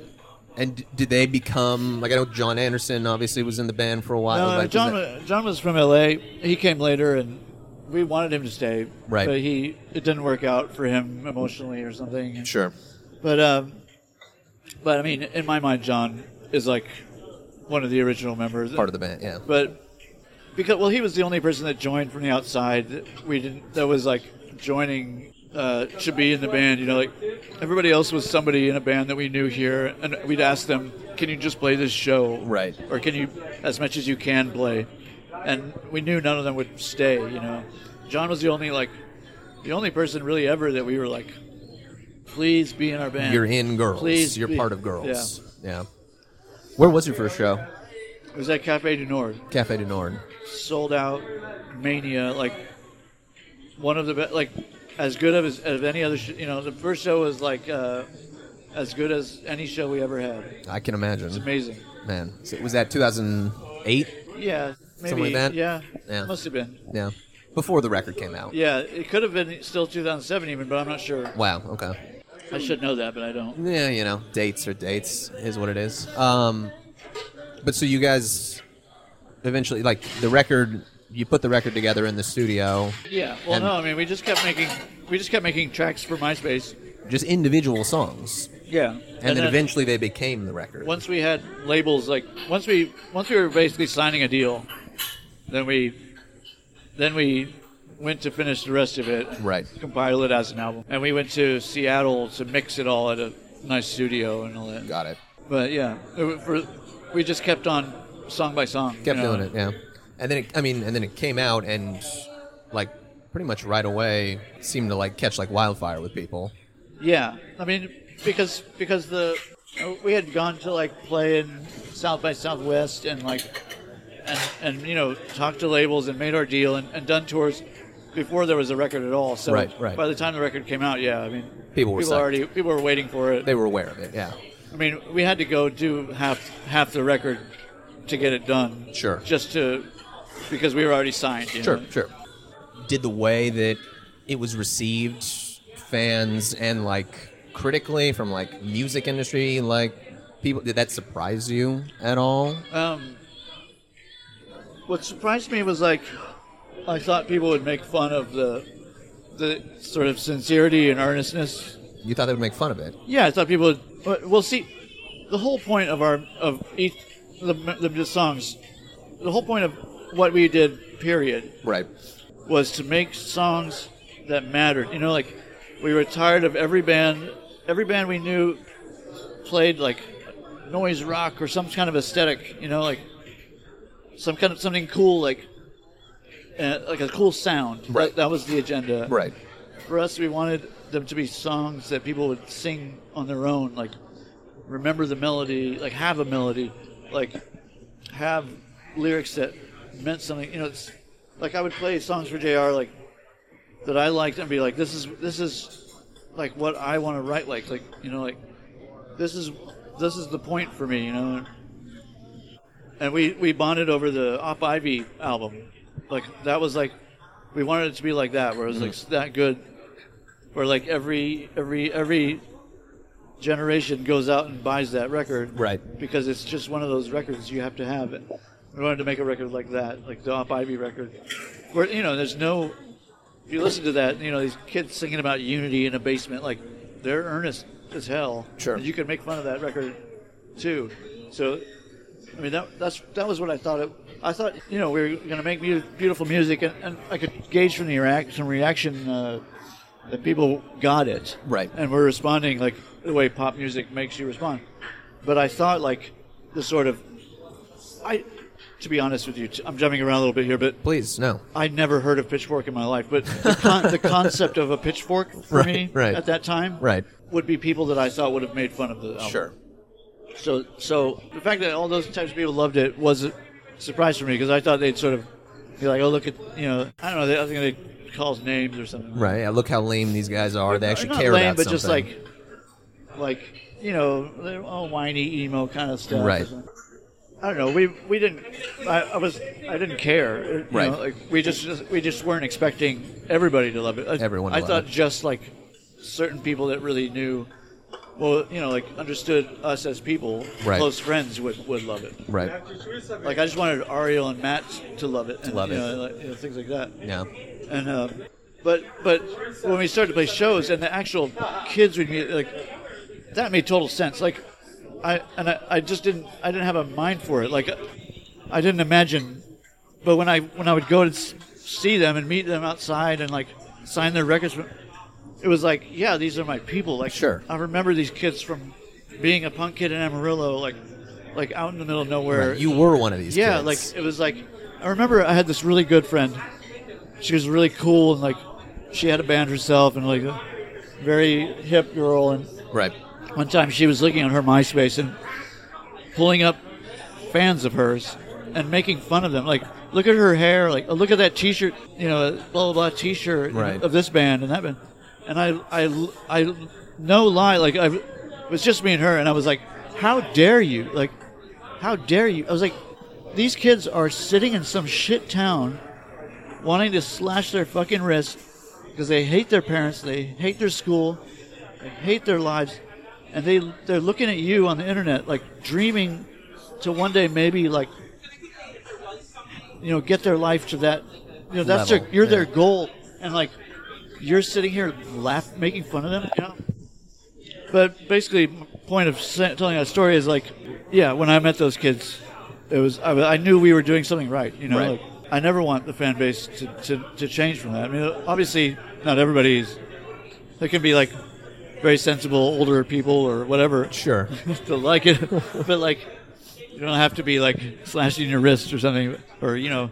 Speaker 1: and d- did they become like i know john anderson obviously was in the band for a while
Speaker 2: No,
Speaker 1: like, was
Speaker 2: John
Speaker 1: that-
Speaker 2: wa- John was from L.A. He came later, and we wanted him to stay,
Speaker 1: Right.
Speaker 2: But he it didn't work out for him emotionally or something.
Speaker 1: Sure.
Speaker 2: But um, but I mean, in my mind, John is like one of the original members,
Speaker 1: Part of the band, yeah.
Speaker 2: but because well he was the only person that joined from the outside that we didn't that was like joining uh should be in the band you know like everybody else was somebody in a band that we knew here and we'd ask them can you just play this show
Speaker 1: Right.
Speaker 2: or can you as much as you can play and we knew none of them would stay you know john was the only like the only person really ever that we were like please be in our band
Speaker 1: You're in girls.
Speaker 2: Please
Speaker 1: You're
Speaker 2: be-
Speaker 1: part of girls. Yeah. Where was your first show?
Speaker 2: it was at cafe du nord
Speaker 1: Cafe du Nord.
Speaker 2: sold out mania like one of the best like as good of as of any other sh- you know the first show was like uh, as good as any show we ever had
Speaker 1: I can
Speaker 2: it's
Speaker 1: imagine.
Speaker 2: amazing
Speaker 1: Man, so was that 2008?
Speaker 2: yeah maybe
Speaker 1: Something like that?
Speaker 2: yeah
Speaker 1: Yeah.
Speaker 2: must have been
Speaker 1: Yeah. Before the record came out.
Speaker 2: yeah it could have been still 2007 even but i'm not sure
Speaker 1: Wow. Okay.
Speaker 2: i should know that but i don't
Speaker 1: Yeah, you know, dates are dates is what it is. Um, but so you guys eventually like the record. You put the record together in the studio,
Speaker 2: yeah well
Speaker 1: And-
Speaker 2: no i mean we just kept making we just kept making tracks for myspace
Speaker 1: just individual songs,
Speaker 2: yeah and,
Speaker 1: and, then, eventually they became the record.
Speaker 2: once we had labels like once we once we were basically signing a deal then we then we went to finish the rest of it
Speaker 1: Right.
Speaker 2: compile it as an album and we went to seattle to mix it all at a nice studio and all that
Speaker 1: Got it.
Speaker 2: but yeah it wa- for, we just kept on song by song you
Speaker 1: kept
Speaker 2: know.
Speaker 1: doing it yeah and then it, i mean and then it came out and like pretty much right away seemed to like catch like wildfire with people
Speaker 2: yeah i mean because because the we had gone to like play in south by southwest and like and, and you know talked to labels and made our deal and, and done tours before there was a record at all. So
Speaker 1: Right, right.
Speaker 2: by the time the record came out, yeah, I mean
Speaker 1: People were
Speaker 2: people
Speaker 1: psyched.
Speaker 2: already people were waiting for it.
Speaker 1: they were aware of it yeah
Speaker 2: I mean, we had to go do half half the record to get it done.
Speaker 1: Sure.
Speaker 2: Just to because we were already signed. you
Speaker 1: sure
Speaker 2: know.
Speaker 1: sure did the way that it was received fans and like critically from like music industry, like people did that surprise you at all?
Speaker 2: Um, what surprised me was like I thought people would make fun of the the sort of sincerity and earnestness.
Speaker 1: You thought they would make fun of it.
Speaker 2: Yeah, I thought people would. but- Well, see, the whole point of our of each the the, the songs, the whole point of what we did, period,
Speaker 1: Right.
Speaker 2: was to make songs that mattered. You know, like we were tired of every band, every band we knew played like noise rock or some kind of aesthetic. You know, like some kind of something cool, like uh, like a cool sound. That-
Speaker 1: Right.
Speaker 2: That, was the agenda.
Speaker 1: Right.
Speaker 2: For us, we wanted them to be songs that people would sing on their own, like remember the melody, like have a melody, like have lyrics that meant something. You know, it's like I would play songs for Jr. like that I liked and be like, this is this is like what I want to write like, like you know, like this is this is the point for me, you know. And we we bonded over the Op Ivy album, like that was like we wanted it to be like that, where it was like that good, where like every every every generation goes out and buys that record,
Speaker 1: Right.
Speaker 2: because it's just one of those records you have to have. We wanted to make a record like that, like the Op Ivy record, where you know there's no. If you listen to that, you know these kids singing about unity in a basement, like they're earnest as hell.
Speaker 1: Sure.
Speaker 2: And you can make fun of that record too. So, I mean that that's that was what I thought. It, I thought you know we were going to make mu- beautiful music, and, and I could gauge from the reaction, reaction uh, that people got it,
Speaker 1: Right.
Speaker 2: and were responding like the way pop music makes you respond but I thought like the sort of I to be honest with you t- I'm jumping around a little bit here but
Speaker 1: Please, no.
Speaker 2: I never heard of pitchfork in my life but the, con- the concept of a pitchfork for
Speaker 1: Right,
Speaker 2: me
Speaker 1: right.
Speaker 2: at that time
Speaker 1: Right.
Speaker 2: would be people that I thought would have made fun of the album.
Speaker 1: Sure.
Speaker 2: so so the fact that all those types of people loved it was a surprise for me because I thought they'd sort of be like oh look at you know I don't know they, I think they calls names or something
Speaker 1: Right. Yeah, look how lame these guys are. They actually
Speaker 2: Uh, not
Speaker 1: care
Speaker 2: lame,
Speaker 1: about
Speaker 2: but
Speaker 1: something.
Speaker 2: just like, like you know, they're all whiny emo kind of stuff.
Speaker 1: Right.
Speaker 2: I don't know. We we didn't. I, I was I didn't care. you know,
Speaker 1: Right.
Speaker 2: like we just, just we just weren't expecting everybody to love it. I,
Speaker 1: Everyone to
Speaker 2: I
Speaker 1: love
Speaker 2: thought
Speaker 1: it.
Speaker 2: just like certain people that really knew. Well, you know, like understood us as people,
Speaker 1: Right.
Speaker 2: close friends would, would love it.
Speaker 1: right.
Speaker 2: Like I just wanted Ariel and Matt to love it, and,
Speaker 1: Love
Speaker 2: you
Speaker 1: it.
Speaker 2: know, like, you know, things like that
Speaker 1: Yeah.
Speaker 2: and uh, but but when we started to play shows and the actual kids would meet like that made total sense like i and I, I just didn't i didn't have a mind for it like i didn't imagine but when i when i would go to s- see them and meet them outside and like sign their records it was like yeah these are my people like
Speaker 1: Sure.
Speaker 2: i remember these kids from being a punk kid in amarillo like like out in the middle of nowhere
Speaker 1: You were one of these.
Speaker 2: yeah,
Speaker 1: kids.
Speaker 2: like it was like I remember I had this really good friend. She was really cool and like she had a band herself and like a very hip girl and
Speaker 1: right.
Speaker 2: one time she was looking at her MySpace and pulling up fans of hers and making fun of them. Like, look at her hair. Like, oh, look at that T-shirt. You know, blah blah blah T-shirt you know,
Speaker 1: Right.
Speaker 2: of this band and that band. And I, I, I, no lie. Like, I it was just me and her, and I was like, how dare you? Like, how dare you? I was like, these kids are sitting in some shit town, wanting to slash their fucking wrists because they hate their parents, they hate their school, they hate their lives, and they they're looking at you on the internet like dreaming to one day maybe like you know get their life to that you know that's
Speaker 1: Level,
Speaker 2: their you're their
Speaker 1: yeah.
Speaker 2: goal and like you're sitting here laugh making fun of them you know but basically my point of sa- telling that story is like yeah when i met those kids it was i, I knew we were doing something right you know
Speaker 1: Right.
Speaker 2: like i never want the fan base to, to, to change from that i mean obviously not everybody's there can be like very sensible older people or whatever
Speaker 1: Sure.
Speaker 2: to like it, but like you don't have to be like slashing your wrist or something, or you know,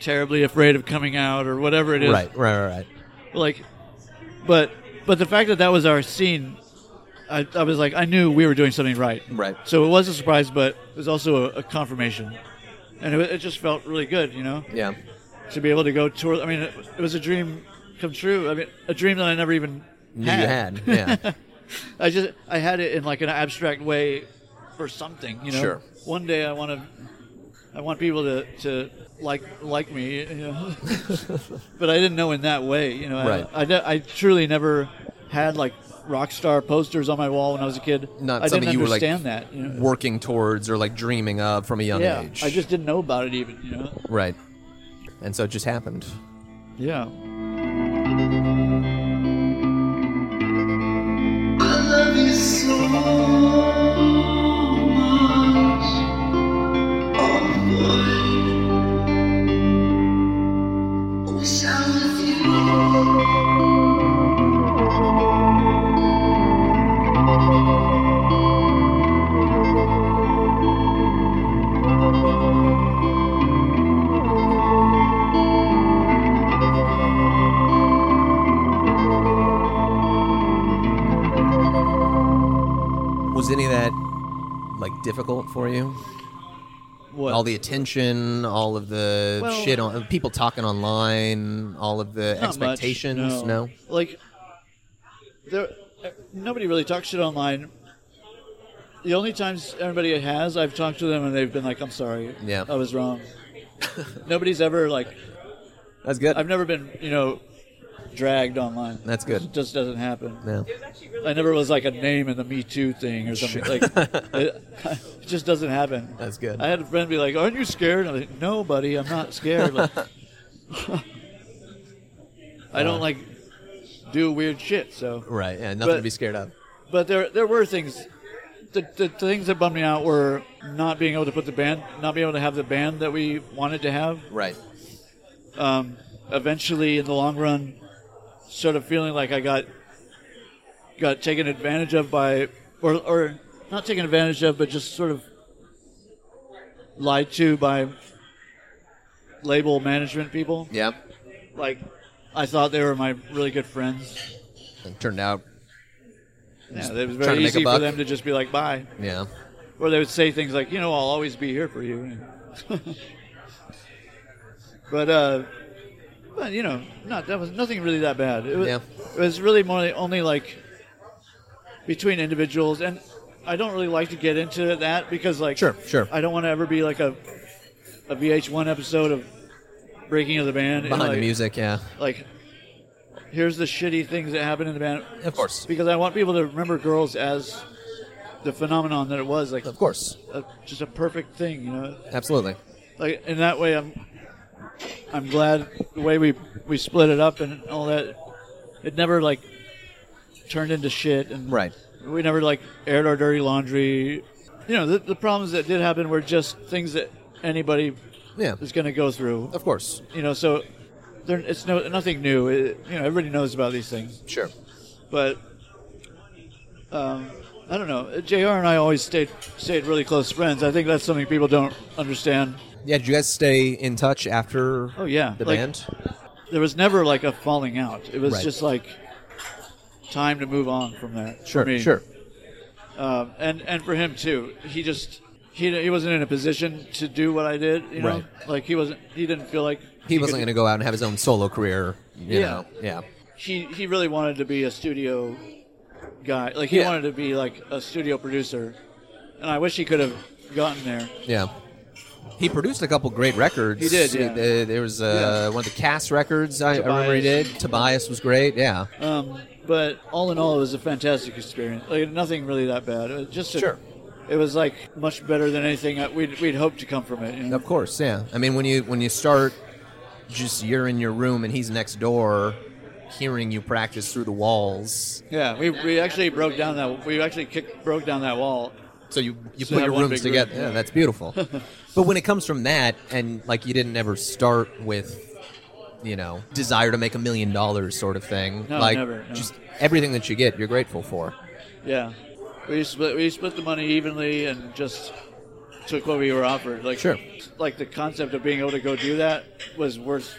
Speaker 2: terribly afraid of coming out or whatever it is.
Speaker 1: Right. Right. Right. Right.
Speaker 2: Like, but but the fact that that was our scene, I, I was like, I knew we were doing something right.
Speaker 1: Right.
Speaker 2: So it was a surprise, but it was also a, a confirmation, and it, wa- it just felt really good, you know,
Speaker 1: Yeah.
Speaker 2: to be able to go tour. I mean, it, it was a dream come true. I mean, a dream that I never even
Speaker 1: Knew you had. Yeah.
Speaker 2: I just I had it in like an abstract way for something, you know.
Speaker 1: Sure.
Speaker 2: One day I want to, I want people to, to like like me, you know. but I didn't know in that way, you know. I-
Speaker 1: Right.
Speaker 2: I, ne- I, truly never had like rock star posters on my wall when I was a kid.
Speaker 1: Not
Speaker 2: I
Speaker 1: something
Speaker 2: didn't
Speaker 1: you were, like,
Speaker 2: understand that. You know?
Speaker 1: working towards or like dreaming of from a young
Speaker 2: yeah,
Speaker 1: age.
Speaker 2: I just didn't know about it even. You know.
Speaker 1: right, and so it just happened.
Speaker 2: Yeah.
Speaker 1: Was any of that like difficult for you?
Speaker 2: What?
Speaker 1: All the attention, all of the
Speaker 2: Well-
Speaker 1: shit on people talking online, all of the
Speaker 2: Not much,
Speaker 1: expectations.
Speaker 2: no.
Speaker 1: no?
Speaker 2: Like, there, nobody really talks shit online. The only times everybody has, I've talked to them and they've been like, "I'm sorry,
Speaker 1: Yeah.
Speaker 2: I was wrong." Nobody's ever like,
Speaker 1: that's good.
Speaker 2: I've never been, you know, dragged online.
Speaker 1: That's good.
Speaker 2: It just doesn't happen.
Speaker 1: no.
Speaker 2: I never was like a name in the Me Too thing or something. Like, it, it just doesn't happen.
Speaker 1: That's good.
Speaker 2: I had a friend be like, "Aren't you scared?" I'm like, "No, buddy, I'm not scared." Like, I don't like do weird shit. So,
Speaker 1: Right, yeah, nothing to
Speaker 2: But-
Speaker 1: be scared of.
Speaker 2: but there there were things. The, the things that bummed me out were not being able to put the band, not being able to have the band that we wanted to have.
Speaker 1: Right.
Speaker 2: Um, eventually, in the long run, sort of feeling like I got got taken advantage of by, or or not taken advantage of, but just sort of lied to by label management people.
Speaker 1: Yeah.
Speaker 2: Like, I thought they were my really good friends.
Speaker 1: It turned out.
Speaker 2: Yeah, it was
Speaker 1: trying to
Speaker 2: very
Speaker 1: make a
Speaker 2: easy for
Speaker 1: buck.
Speaker 2: them to just be like, "Bye,"
Speaker 1: Yeah.
Speaker 2: or they would say things like, "You know, I'll always be here for you." but uh, but you know, not that was nothing really that bad. It was,
Speaker 1: Yeah.
Speaker 2: it was really more like- only like between individuals, and I don't really like to get into that because like
Speaker 1: Sure, sure.
Speaker 2: I don't want to ever be like a a VH1 episode of Breaking of the Band you know,
Speaker 1: Behind
Speaker 2: like,
Speaker 1: the music, yeah.
Speaker 2: Like. Here's the shitty things that happened in the band.
Speaker 1: Of course.
Speaker 2: Because I want people to remember girls as the phenomenon that it was. Like,
Speaker 1: Of course.
Speaker 2: a, just a perfect thing, you know.
Speaker 1: Absolutely.
Speaker 2: Like in that way, I'm I'm glad the way we we split it up and all that. It never like turned into shit, and
Speaker 1: Right.
Speaker 2: we never like aired our dirty laundry. You know, the, the problems that did happen were just things that anybody
Speaker 1: Yeah.
Speaker 2: is going to go through.
Speaker 1: Of course.
Speaker 2: You know, so there, it's no nothing new. It, you know, everybody knows about these things,
Speaker 1: Sure.
Speaker 2: but. Um, I don't know. Jr. and I always stayed stayed really close friends. I think that's something people don't understand.
Speaker 1: Yeah, did you guys stay in touch after
Speaker 2: Oh yeah,
Speaker 1: the
Speaker 2: Like,
Speaker 1: band?
Speaker 2: There was never like a falling out. It was
Speaker 1: Right.
Speaker 2: just like time to move on from that. for
Speaker 1: Sure,
Speaker 2: me.
Speaker 1: sure.
Speaker 2: Um, and and for him too, he just he he wasn't in a position to do what I did. You know,
Speaker 1: Right.
Speaker 2: like he wasn't. He didn't feel like
Speaker 1: He, wasn't going
Speaker 2: could-
Speaker 1: to go out and have his own solo career, you
Speaker 2: Yeah.
Speaker 1: know. Yeah.
Speaker 2: He he really wanted to be a studio guy. Like he
Speaker 1: Yeah.
Speaker 2: wanted to be like a studio producer, and I wish he could have gotten there.
Speaker 1: Yeah. He produced a couple great records.
Speaker 2: He did, yeah.
Speaker 1: Uh, there was uh,
Speaker 2: Yeah.
Speaker 1: one of the Cass records I, I remember he did.
Speaker 2: Tobias.
Speaker 1: Tobias was great. Yeah.
Speaker 2: Um, but all in all, it was a fantastic experience. Like nothing really that bad. It was just a,
Speaker 1: Sure.
Speaker 2: It was like much better than anything that we'd, we'd hoped to come from it. You know?
Speaker 1: Of course, yeah. I mean, when you when you start, just you're in your room and he's next door, hearing you practice through the walls.
Speaker 2: Yeah, we, we actually broke down that we actually kicked broke down that wall.
Speaker 1: So you you
Speaker 2: So
Speaker 1: put
Speaker 2: have
Speaker 1: your
Speaker 2: one
Speaker 1: rooms
Speaker 2: big room,
Speaker 1: together.
Speaker 2: yeah.
Speaker 1: Yeah, that's beautiful. but when it comes from that, and like you didn't ever start with, you know, desire to make a million dollars sort of thing.
Speaker 2: No,
Speaker 1: like
Speaker 2: never, no.
Speaker 1: just everything that you get, you're grateful for.
Speaker 2: Yeah, we split we split the money evenly and just took what we were offered. Like
Speaker 1: Sure.
Speaker 2: like the concept of being able to go do that was worth.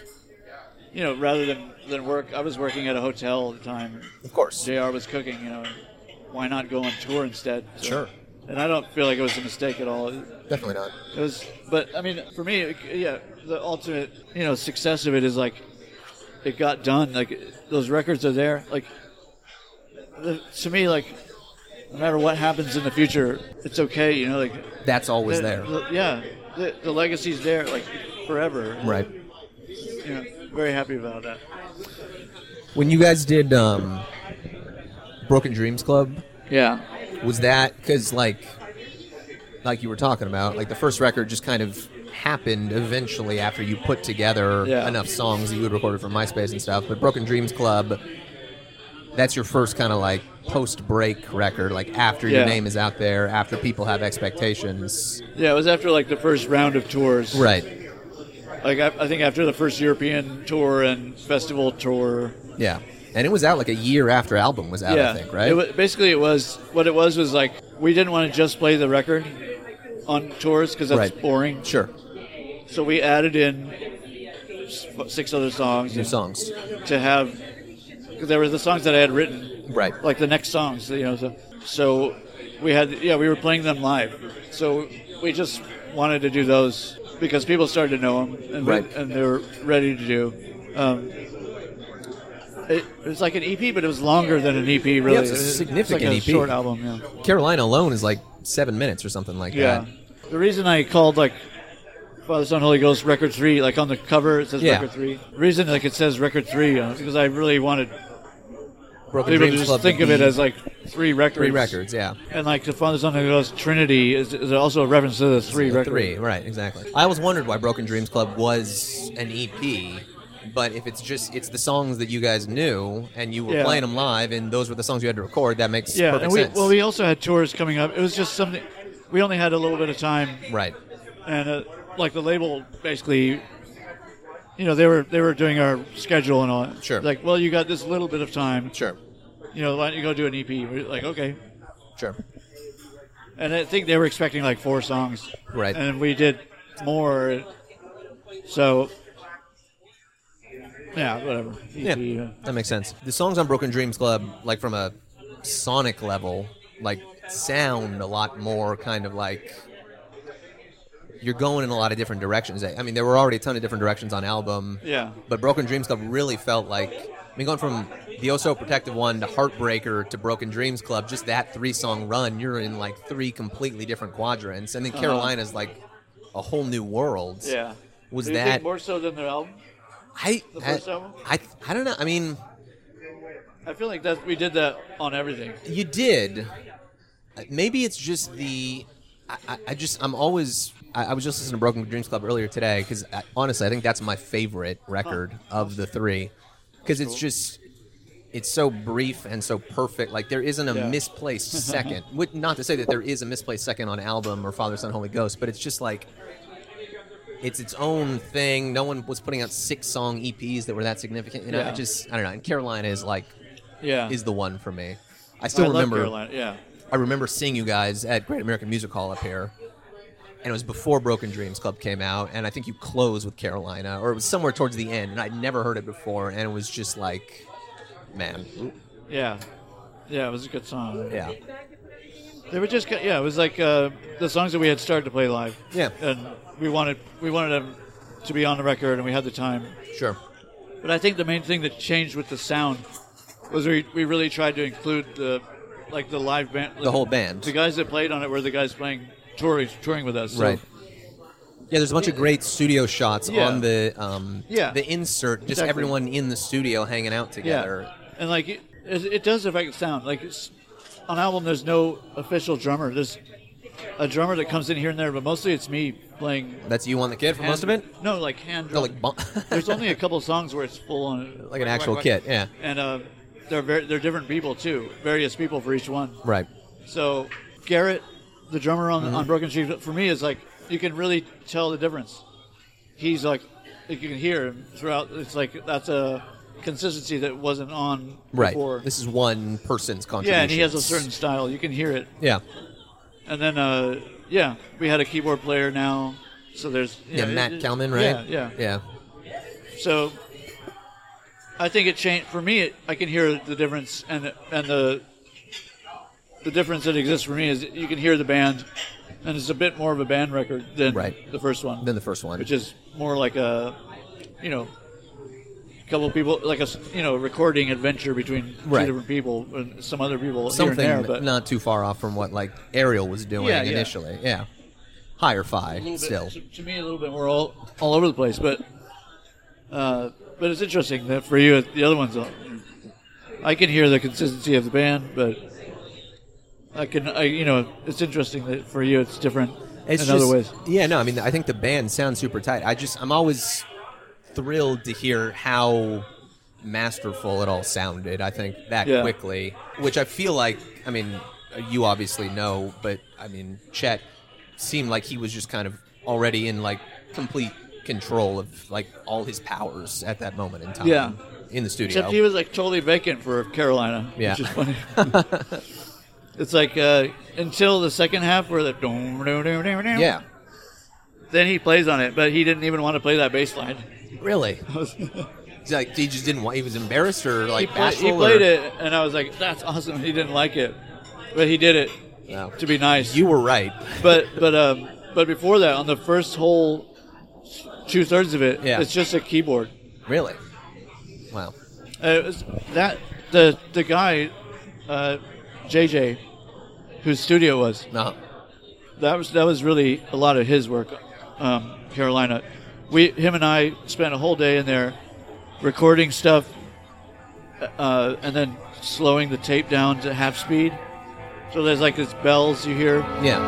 Speaker 2: You know, rather than than work, I was working at a hotel all the time.
Speaker 1: Of course.
Speaker 2: Jr. was cooking. You know, why not go on tour instead? So-
Speaker 1: Sure.
Speaker 2: And I don't feel like it was a mistake at all. It
Speaker 1: Definitely not.
Speaker 2: was, but I mean, for me, it- yeah, the ultimate, you know, success of it is like it got done. Like those records are there. Like the, to me, like no matter what happens in the future, it's okay. You know, like
Speaker 1: That's always
Speaker 2: the-
Speaker 1: there.
Speaker 2: the- yeah, the, the legacy's there, like forever.
Speaker 1: Right.
Speaker 2: You know, very happy about that.
Speaker 1: When you guys did um, Broken Dreams Club
Speaker 2: Yeah.
Speaker 1: was that because like like you were talking about like the first record just kind of happened eventually after you put together
Speaker 2: Yeah.
Speaker 1: enough songs that you had recorded from myspace and stuff but broken dreams club that's your first kind of like post break record like after your
Speaker 2: Yeah.
Speaker 1: name is out there after people have expectations
Speaker 2: Yeah, it was after like the first round of tours.
Speaker 1: right
Speaker 2: Like I, I think after the first European tour and festival tour.
Speaker 1: yeah and it was out like a year after album was out
Speaker 2: yeah.
Speaker 1: i think right
Speaker 2: It wa- basically, it was what it was was like we didn't want to just play the record on tours because that's
Speaker 1: Right.
Speaker 2: boring.
Speaker 1: sure
Speaker 2: So we added in s- six other songs
Speaker 1: new
Speaker 2: and-
Speaker 1: songs
Speaker 2: to have. 'cause There were the songs that I had written
Speaker 1: right
Speaker 2: like the next songs, you know. So, so we had, yeah, we were playing them live. So we just wanted to do those because people started to know them and,
Speaker 1: Right.
Speaker 2: and they were ready to do. Um, it, it was like an EP, but it was longer than an EP, really.
Speaker 1: it's a
Speaker 2: It was- it's
Speaker 1: significant E
Speaker 2: like a
Speaker 1: EP.
Speaker 2: short album, yeah.
Speaker 1: carolina alone is like seven minutes or something like
Speaker 2: Yeah.
Speaker 1: that
Speaker 2: The reason I called like Father Son Holy Ghost record three, like on the cover it says
Speaker 1: Yeah.
Speaker 2: record three. Reason like it says record three uh, because I really wanted
Speaker 1: broken
Speaker 2: people to
Speaker 1: dreams
Speaker 2: just
Speaker 1: club
Speaker 2: think
Speaker 1: would
Speaker 2: of it
Speaker 1: be
Speaker 2: as like three records.
Speaker 1: three records yeah
Speaker 2: And like the Father Son Holy Ghost Trinity is, is also a reference to the three records.
Speaker 1: Three, right, exactly. I always wondered why Broken Dreams Club was an EP, but if it's just it's the songs that you guys knew and you were
Speaker 2: Yeah.
Speaker 1: playing them live and those were the songs you had to record, that makes
Speaker 2: Yeah,
Speaker 1: perfect
Speaker 2: and we
Speaker 1: sense.
Speaker 2: well we also had tours coming up. It was just something we only had a little bit of time
Speaker 1: right.
Speaker 2: and uh, like the label basically you know they were they were doing our schedule and all that.
Speaker 1: Sure.
Speaker 2: Like well you got this little bit of time.
Speaker 1: Sure.
Speaker 2: you know, why don't you go do an EP? We're like, okay.
Speaker 1: Sure.
Speaker 2: And I think they were expecting like four songs.
Speaker 1: Right.
Speaker 2: And we did more. So, yeah, whatever.
Speaker 1: Yeah.
Speaker 2: EP, uh,
Speaker 1: That makes sense. The songs on Broken Dreams Club, like from a sonic level, like sound a lot more kind of like you're going in a lot of different directions. I I mean, there were already a ton of different directions on album.
Speaker 2: Yeah.
Speaker 1: But Broken Dreams Club really felt like I mean, going from the Oh So Protective one to Heartbreaker to Broken Dreams Club, just that three song run, you're in like three completely different quadrants, and then Carolina's like a whole new world.
Speaker 2: Uh-huh. Yeah.
Speaker 1: Was
Speaker 2: Do you
Speaker 1: that
Speaker 2: think more so than their album?
Speaker 1: I,
Speaker 2: the
Speaker 1: I,
Speaker 2: first album?
Speaker 1: I I don't know. I mean,
Speaker 2: I feel like that we did that on everything.
Speaker 1: You did. Maybe it's just the. I, I- I just I'm always. I, I was just listening to Broken Dreams Club earlier today because honestly, I think that's my favorite record of the three because it's just. It's so brief and so perfect. Like there isn't a
Speaker 2: Yeah.
Speaker 1: misplaced second. With- Not to say that there is a misplaced second on album or Father Son Holy Ghost, but it's just like it's its own thing. No one was putting out six song EPs that were that significant. You know,
Speaker 2: Yeah.
Speaker 1: I just I don't know. And Carolina is like
Speaker 2: Yeah.
Speaker 1: is the one for me. I
Speaker 2: I
Speaker 1: still
Speaker 2: love
Speaker 1: remember.
Speaker 2: Carolina. Yeah.
Speaker 1: I remember seeing you guys at Great American Music Hall up here, and it was before Broken Dreams Club came out, and I think you closed with Carolina, or it was somewhere towards the end, and I'd never heard it before, and it was just like, man,
Speaker 2: Yeah. Yeah, it was a good song.
Speaker 1: yeah,
Speaker 2: They were just, ki- yeah, it was like uh, the songs that we had started to play live.
Speaker 1: Yeah.
Speaker 2: And we wanted, we wanted them to be on the record and we had the time.
Speaker 1: sure,
Speaker 2: But I think the main thing that changed with the sound was we, we really tried to include the like the live band,
Speaker 1: the whole band,
Speaker 2: The guys that played on it were the guys playing touring touring with us. So,
Speaker 1: right. Yeah, there's a bunch of great studio shots
Speaker 2: Yeah.
Speaker 1: on the um,
Speaker 2: Yeah.
Speaker 1: the insert, just
Speaker 2: Exactly.
Speaker 1: everyone in the studio hanging out
Speaker 2: Yeah.
Speaker 1: together.
Speaker 2: And like it, it does affect the sound. Like it's, on album, there's no official drummer. There's a drummer that comes in here and there, but mostly it's me playing.
Speaker 1: That's you on the kid for most of it.
Speaker 2: hand- No, like hand
Speaker 1: No,
Speaker 2: drum.
Speaker 1: like bon-
Speaker 2: there's only a couple songs where it's full on
Speaker 1: Like an actual kit, yeah.
Speaker 2: And uh, they're very, they're different people too, various people for each one.
Speaker 1: right,
Speaker 2: So Garrett, the drummer on,
Speaker 1: Mm-hmm.
Speaker 2: on Broken Chief, for me is like you can really tell the difference. He's like like, you can hear him throughout. It's like that's a consistency that wasn't on
Speaker 1: right.
Speaker 2: before.
Speaker 1: This is one person's contribution.
Speaker 2: yeah, and he has a certain style. You can hear it.
Speaker 1: yeah.
Speaker 2: And then uh, yeah, we had a keyboard player now. So there's you
Speaker 1: Yeah,
Speaker 2: know,
Speaker 1: Matt
Speaker 2: it- it-
Speaker 1: Kalman, right?
Speaker 2: Yeah, yeah.
Speaker 1: yeah.
Speaker 2: So I think it changed for me. It, I can hear the difference, and and the the difference that exists for me is you can hear the band, and it's a bit more of a band record than
Speaker 1: Right.
Speaker 2: the first one,
Speaker 1: Than the first one.
Speaker 2: which is more like a you know couple people like a s- you know recording adventure between
Speaker 1: Right.
Speaker 2: two different people and some other people
Speaker 1: something
Speaker 2: here and there, but
Speaker 1: not too far off from what like Ariel was doing
Speaker 2: Yeah, yeah.
Speaker 1: initially. Yeah. Higher
Speaker 2: a
Speaker 1: fi
Speaker 2: little bit-
Speaker 1: still.
Speaker 2: to, to me a little bit we're all all over the place but uh, but it's interesting that for you the other one's all, I can hear the consistency of the band, but I can, I, you know, it's interesting that for you it's different
Speaker 3: It's
Speaker 2: in
Speaker 3: just,
Speaker 2: other ways.
Speaker 1: Yeah, no, I mean, I think the band sounds super tight. I just, I'm always thrilled to hear how masterful it all sounded. I think that
Speaker 2: Yeah.
Speaker 1: quickly, which I feel like, I mean, you obviously know, but I mean, Chet seemed like he was just kind of already in like complete control of like all his powers at that moment in time.
Speaker 2: Yeah.
Speaker 1: In the studio.
Speaker 2: Except he was like totally vacant for Carolina,
Speaker 1: Yeah.
Speaker 2: which is funny. it's like uh, until the second half where the
Speaker 1: yeah.
Speaker 2: then he plays on it, but he didn't even want to play that bass line.
Speaker 1: Really? He's like, he just didn't want, he was embarrassed or like
Speaker 2: he, play-
Speaker 1: bashful.
Speaker 2: he played
Speaker 1: or-
Speaker 2: it, and I was like, "That's awesome." He didn't like it, but he did it
Speaker 1: No.
Speaker 2: to be nice.
Speaker 1: You were right.
Speaker 2: but but um, but before that, on the first whole two thirds of it,
Speaker 1: Yeah.
Speaker 2: it's just a keyboard.
Speaker 1: Really? Wow.
Speaker 2: Uh, it was- that the the guy, uh, JJ, whose studio it was
Speaker 1: No.
Speaker 2: that was that was really a lot of his work, um, Carolina. We him and I spent a whole day in there recording stuff, uh, and then slowing the tape down to half speed. So there's like these bells you hear.
Speaker 1: Yeah.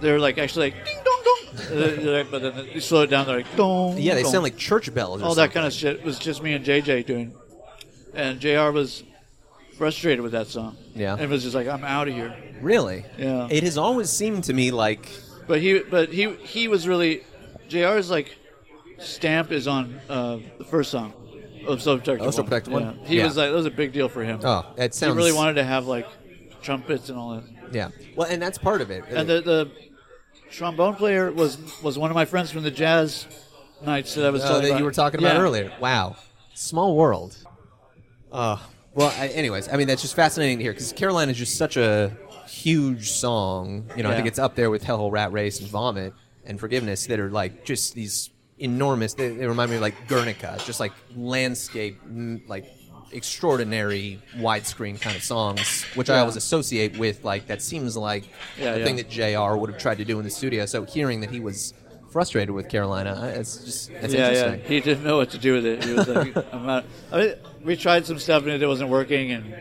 Speaker 2: They're like actually like ding dong dong, Uh, they're like- but then you slow it down. They're like dong.
Speaker 1: Yeah, they
Speaker 2: dong.
Speaker 1: sound like church bells or
Speaker 2: all that
Speaker 1: something.
Speaker 2: kind of shit. It was just me and JJ doing, and Jr. was frustrated with that song.
Speaker 1: Yeah.
Speaker 2: and was just like I'm out of here.
Speaker 1: Really?
Speaker 2: Yeah.
Speaker 1: It has always seemed to me like
Speaker 2: But he, but he, he was really JR's like stamp is on uh, the first song of Self Protective.
Speaker 1: Oh, Self-Protective One?
Speaker 2: Yeah. He
Speaker 1: Yeah.
Speaker 2: was like that was a big deal for him.
Speaker 1: Oh, that sounds
Speaker 2: He really wanted to have like trumpets and all that.
Speaker 1: Yeah. Well, and that's part of it.
Speaker 2: And the, the trombone player was was one of my friends from the jazz nights that I was
Speaker 1: Oh,
Speaker 2: telling
Speaker 1: that
Speaker 2: about.
Speaker 1: you were talking about
Speaker 2: Yeah.
Speaker 1: earlier. Wow. Small world. Uh well, I, anyways, I mean that's just fascinating to hear cuz Caroline is just such a huge song. You know, I
Speaker 2: Yeah.
Speaker 1: think it's up there with Hellhole Rat Race and Vomit and Forgiveness that are like just these enormous they, they remind me of like Guernica, just like landscape mm, like extraordinary widescreen kind of songs which I
Speaker 2: Yeah.
Speaker 1: always associate with like that seems like
Speaker 2: Yeah,
Speaker 1: the
Speaker 2: yeah.
Speaker 1: thing that JR would have tried to do in the studio. So hearing that he was frustrated with Carolina, I- it's just it's
Speaker 2: yeah, yeah.
Speaker 1: interesting.
Speaker 2: He didn't know what to do with it. He was like, I'm out. I mean, we tried some stuff and it wasn't working, and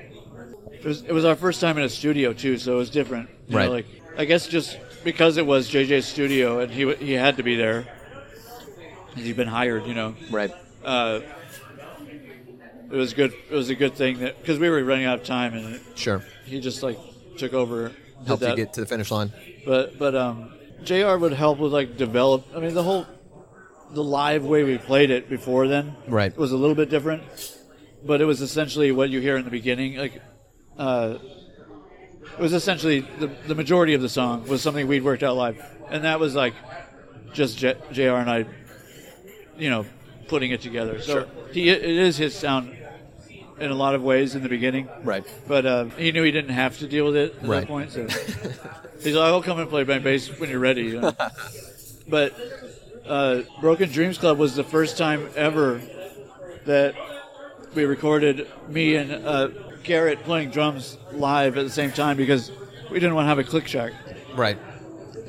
Speaker 2: it was it was our first time in a studio too, so it was different. You
Speaker 1: Right.
Speaker 2: Know, like I guess just because it was JJ's studio and he wa- he had to be there. 'cause He'd been hired, you know.
Speaker 1: Right.
Speaker 2: Uh, it was good. It was a good thing that because we were running out of time, and
Speaker 1: Sure.
Speaker 2: he just like took over. did
Speaker 1: Helped you
Speaker 2: that.
Speaker 1: get to the finish line.
Speaker 2: But but um, Jr. would help with like develop. I mean, the whole the live way we played it before then
Speaker 1: Right.
Speaker 2: was a little bit different, but it was essentially what you hear in the beginning. Like, uh, it was essentially the the majority of the song was something we'd worked out live, and that was like just J- Jr. and I, you know, putting it together. So he it is his sound in a lot of ways in the beginning.
Speaker 1: Right.
Speaker 2: But uh, he knew he didn't have to deal with it at
Speaker 1: Right.
Speaker 2: that point. So he's like, "I'll come and play my bass when you're ready." you know. but uh, Broken Dreams Club was the first time ever that we recorded me and uh, Garrett playing drums live at the same time because we didn't want to have a click track
Speaker 1: Right.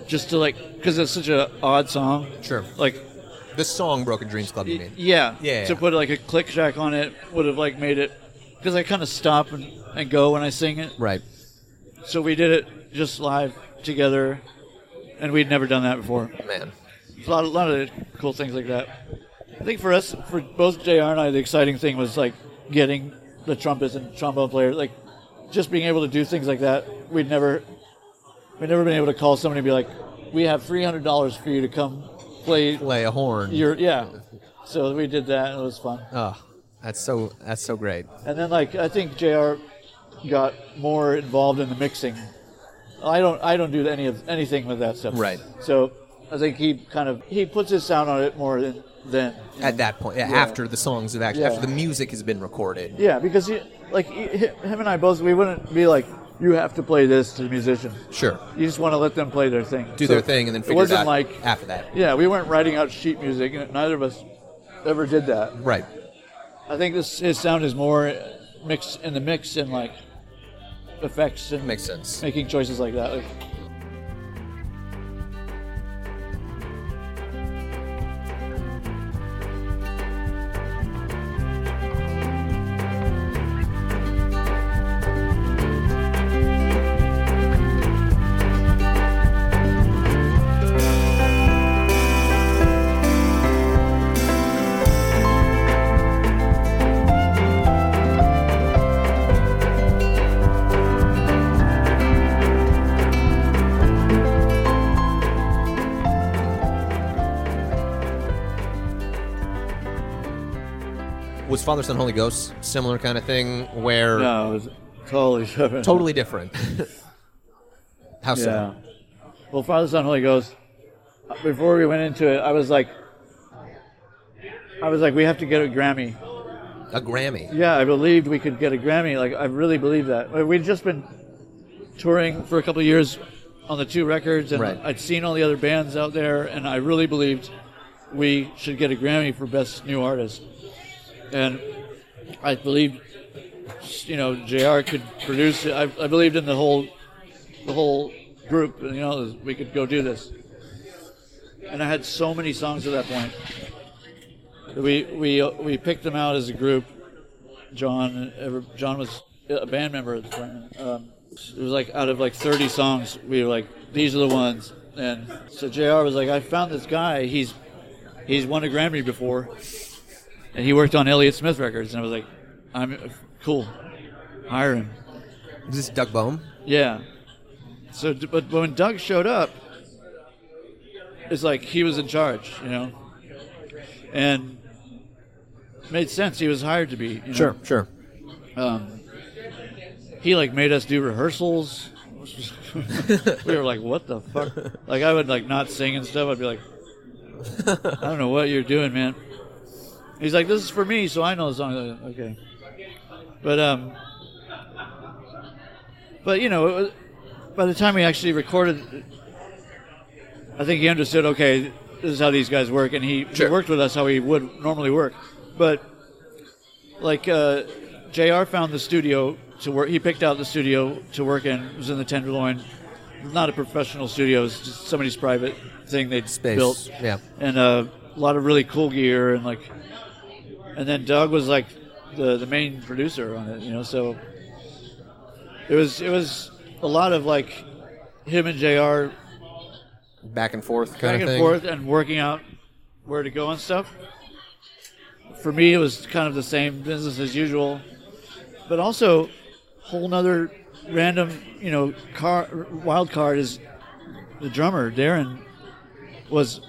Speaker 2: just to like because it's such an odd song.
Speaker 1: Sure.
Speaker 2: Like
Speaker 1: The song Broken Dreams Club, you mean?
Speaker 2: yeah.
Speaker 1: Yeah.
Speaker 2: To put like a click track on it would have like made it because I kind of stop and, and go when I sing it.
Speaker 1: Right.
Speaker 2: So we did it just live together, and we'd never done that before.
Speaker 1: Man.
Speaker 2: A lot, a lot of cool things like that. I think for us, for both JR and I, the exciting thing was like getting the trumpets and trombone player, like just being able to do things like that. We'd never, we'd never been able to call somebody and be like, "We have three hundred dollars for you to come play
Speaker 1: Play a horn.
Speaker 2: your yeah." So we did that, and it was fun.
Speaker 1: oh, that's so that's so great.
Speaker 2: And then like I think Jr. got more involved in the mixing. I don't I don't do any of anything with that stuff.
Speaker 1: Right.
Speaker 2: So I think he kind of he puts his sound on it more than than
Speaker 1: At that point, yeah,
Speaker 2: Yeah.
Speaker 1: after the songs have actually,
Speaker 2: Yeah.
Speaker 1: after the music has been recorded.
Speaker 2: yeah because he, like he, him and I both we wouldn't be like you have to play this to the musician.
Speaker 1: Sure.
Speaker 2: You just want to let them play their thing.
Speaker 1: Do
Speaker 2: So
Speaker 1: their thing and then figure it,
Speaker 2: wasn't
Speaker 1: out
Speaker 2: like-
Speaker 1: after that.
Speaker 2: Yeah, we weren't writing out sheet music, and neither of us ever did that.
Speaker 1: Right.
Speaker 2: I think this his sound is more mixed in the mix and like effects and
Speaker 1: Makes sense.
Speaker 2: making choices like that. Like,
Speaker 1: Was Father, Son, Holy Ghost similar kind of thing where
Speaker 2: no, it's totally different.
Speaker 1: totally different? How so?
Speaker 2: Yeah. Well, Father, Son, Holy Ghost. uh, Before we went into it, I was like, I was like, we have to get a Grammy.
Speaker 1: A Grammy.
Speaker 2: Yeah, I believed we could get a Grammy. Like, I really believed that. We- We'd just been touring for a couple of years on the two records, and
Speaker 1: Right.
Speaker 2: I'd seen all the other bands out there, and I really believed we should get a Grammy for Best New Artist. And I believed, you know, JR could produce it. I, I believed in the whole, the whole group. You know, we could go do this. And I had so many songs at that point. We we we picked them out as a group, John ever John was a band member at the time. Um, it was like out of like 30 songs, we were like, these are the ones. And so Jr. was like, I found this guy. He's he's won a Grammy before, and he worked on Elliott Smith records. And I was like, I'm cool, hire him.
Speaker 1: Is this Doug Bohm?
Speaker 2: Yeah. So, d- but when Doug showed up, it's like he was in charge, you know, and made sense. He was hired to be. You know?
Speaker 1: sure.
Speaker 2: he like made us do rehearsals. we were like, "What the fuck?" Like I would like not sing and stuff. I'd be like, "I don't know what you're doing, man." He's like, "This is for me, so I know the song." I'm like, okay, but um, but you know, it was, by the time we actually recorded, I think he understood. Okay, this is how these guys work, and he,
Speaker 1: Sure.
Speaker 2: he worked with us how he would normally work, but like uh, JR found the studio to work. He picked out the studio to work in. It was in the Tenderloin, not a professional studio. It's just somebody's private thing they'd
Speaker 1: Space.
Speaker 2: built,
Speaker 1: Yeah.
Speaker 2: and uh, a lot of really cool gear and like. And then Doug was like the the main producer on it, you know. So it was it was a lot of like him and JR
Speaker 1: Back and forth kind
Speaker 2: back
Speaker 1: of
Speaker 2: and
Speaker 1: thing.
Speaker 2: forth and working out where to go and stuff. For me, it was kind of the same business as usual, but also whole nother random, you know, car wild card is the drummer Darren was,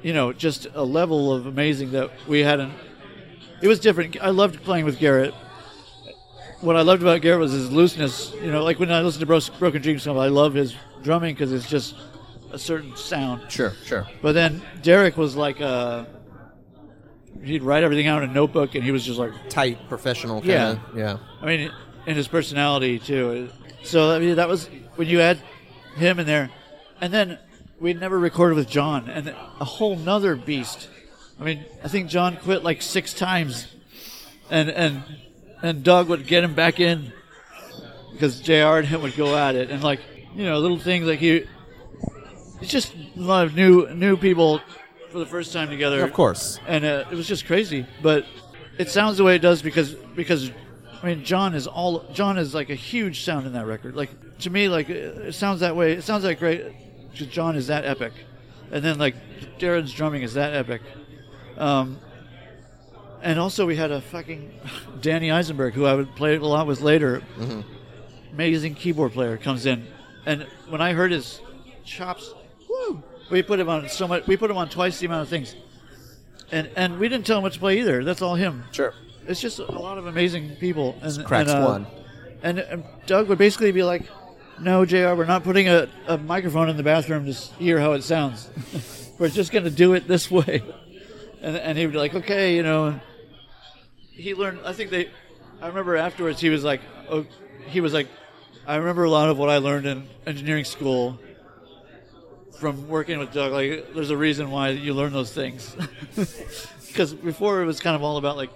Speaker 2: you know, just a level of amazing that we hadn't. It was different. I loved playing with Garrett. What I loved about Garrett was his looseness. You know, like when I listen to Bro- Broken Dreams, I love his drumming because it's just a certain sound.
Speaker 1: Sure, sure.
Speaker 2: But then Derek was like, uh, he'd write everything out in a notebook, and he was just like,
Speaker 1: Tight, professional kind
Speaker 2: Yeah.
Speaker 1: of. Yeah.
Speaker 2: I mean, and his personality too. So I mean, that was when you had him in there, and then we'd never recorded with John, and a whole nother beast. I mean, I think John quit like six times, and and and Doug would get him back in because Jr. and him would go at it, and like you know, little things like he. It's just a lot of new new people for the first time together
Speaker 1: Of course.
Speaker 2: and uh, it was just crazy. But it sounds the way it does because because I mean John is all John is like a huge sound in that record. Like to me, like it sounds that way. It sounds like great. 'cause John is that epic, and then like Darren's drumming is that epic. Um, and also we had a fucking Danny Eisenberg who I would play a lot with later. Amazing keyboard player comes in, and when I heard his chops, woo, we put him on so much. We put him on twice the amount of things and and we didn't tell him what to play either. That's all him.
Speaker 1: Sure.
Speaker 2: It's just a lot of amazing people. And,
Speaker 1: crack
Speaker 2: and,
Speaker 1: squad.
Speaker 2: And, and Doug would basically be like, "No, Jr., we're not putting a, a microphone in the bathroom to s- hear how it sounds. we're just going to do it this way." And and he would be like, "Okay, you know." He learned. I think they. I remember afterwards he was like, "Oh," he was like, "I remember a lot of what I learned in engineering school." From working with Doug, like there's a reason why you learn those things. because before it was kind of all about like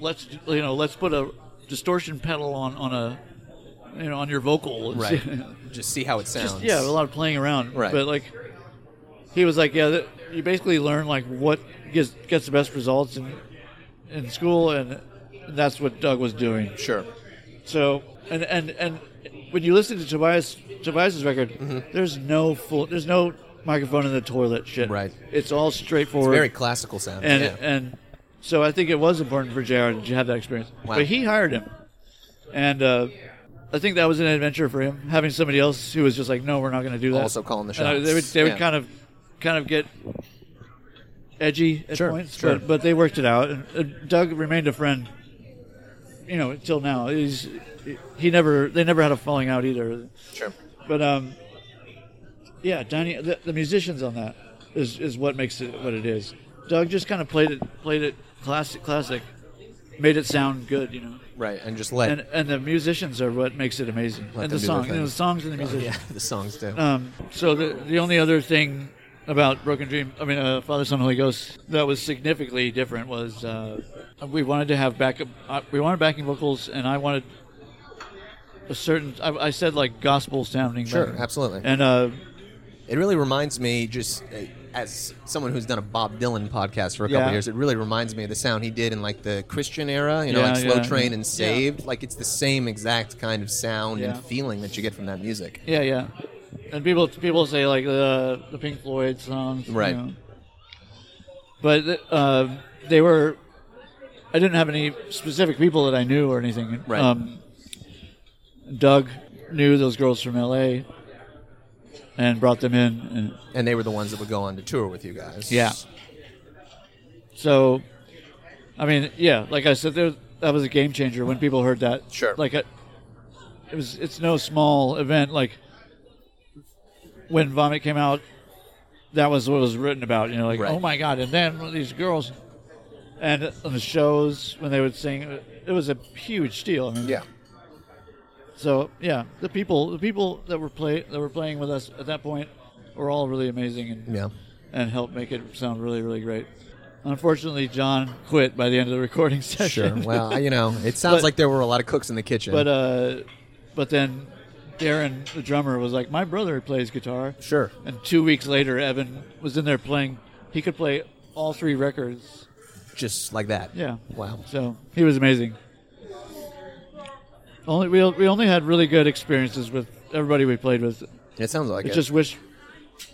Speaker 2: let's you know let's put a distortion pedal on on a you know on your vocal.
Speaker 1: Right. Just see how it sounds.
Speaker 2: Just, yeah, a lot of playing around.
Speaker 1: Right.
Speaker 2: But like, he was like, yeah, that, you basically learn like what gets gets the best results in in school, and that's what Doug was doing.
Speaker 1: Sure.
Speaker 2: So and and and when you listen to Tobias Tobias's record,
Speaker 1: Mm-hmm.
Speaker 2: there's no full, there's no microphone in the toilet shit.
Speaker 1: Right.
Speaker 2: It's all straightforward.
Speaker 1: Very classical sound.
Speaker 2: and
Speaker 1: yeah.
Speaker 2: and so I think it was important for Jared to have that experience.
Speaker 1: Wow.
Speaker 2: But he hired him, and uh, I think that was an adventure for him having somebody else who was just like, no, we're not going to do that.
Speaker 1: Also calling the
Speaker 2: And, uh,
Speaker 1: shots.
Speaker 2: they would they would
Speaker 1: Yeah.
Speaker 2: kind of kind of get edgy at
Speaker 1: Sure,
Speaker 2: points,
Speaker 1: sure.
Speaker 2: but but they worked it out. And uh, Doug remained a friend, you know, until now. He's he never they never had a falling out either.
Speaker 1: sure.
Speaker 2: But um, yeah, Donnie, the, the musicians on that is, is what makes it what it is. Doug just kind of played it, played it classic, classic, made it sound good, you know.
Speaker 1: Right. And just let
Speaker 2: And and the musicians are what makes it amazing,
Speaker 1: Let
Speaker 2: and
Speaker 1: them
Speaker 2: the
Speaker 1: do their
Speaker 2: song, and
Speaker 1: thing.
Speaker 2: the songs, and the musicians.
Speaker 1: yeah, the songs do.
Speaker 2: Um, so the the only other thing about Broken Dream, I mean, uh, Father Son Holy Ghost, that was significantly different was uh, we wanted to have backup, uh, we wanted backing vocals, and I wanted a certain, I, I said like gospel sounding.
Speaker 1: Sure,
Speaker 2: backing.
Speaker 1: absolutely.
Speaker 2: And uh,
Speaker 1: It really reminds me, just uh, as someone who's done a Bob Dylan podcast for a couple
Speaker 2: Yeah.
Speaker 1: years, it really reminds me of the sound he did in like the Christian era, you know,
Speaker 2: Yeah,
Speaker 1: like Slow
Speaker 2: yeah.
Speaker 1: Train and
Speaker 2: Yeah.
Speaker 1: Saved. Like it's the same exact kind of sound
Speaker 2: Yeah.
Speaker 1: and feeling that you get from that music.
Speaker 2: yeah, yeah, and people people say like the the Pink Floyd songs, you
Speaker 1: Right.
Speaker 2: know. But uh, they were, I didn't have any specific people that I knew or anything. Um,
Speaker 1: Right.
Speaker 2: Doug knew those girls from L.A. and brought them in, and
Speaker 1: And they were the ones that would go on to tour with you guys.
Speaker 2: Yeah. so, I mean, yeah, like I said, there that was a game changer when people heard that.
Speaker 1: Sure.
Speaker 2: Like, I, it was. It's no small event. Like, when Vomit came out, that was what was written about. You know, like,
Speaker 1: Right.
Speaker 2: oh my god! And then these girls, and on the shows when they would sing, it was a huge deal. I mean,
Speaker 1: Yeah.
Speaker 2: So yeah, the people, the people that were play that were playing with us at that point, were all really amazing and
Speaker 1: Yeah.
Speaker 2: and helped make it sound really, really great. Unfortunately, John quit by the end of the recording
Speaker 1: Sure.
Speaker 2: session.
Speaker 1: well, I- you know, it sounds
Speaker 2: But-
Speaker 1: like there were a lot of cooks in the kitchen.
Speaker 2: but uh, but then Darren, the drummer, was like, "My brother plays guitar."
Speaker 1: sure.
Speaker 2: And two weeks later, Evan was in there playing. He could play all three records.
Speaker 1: Just like that.
Speaker 2: Yeah.
Speaker 1: Wow.
Speaker 2: So he was amazing. Only we, we only had really good experiences with everybody we played with.
Speaker 1: It sounds like
Speaker 2: I
Speaker 1: it.
Speaker 2: just wish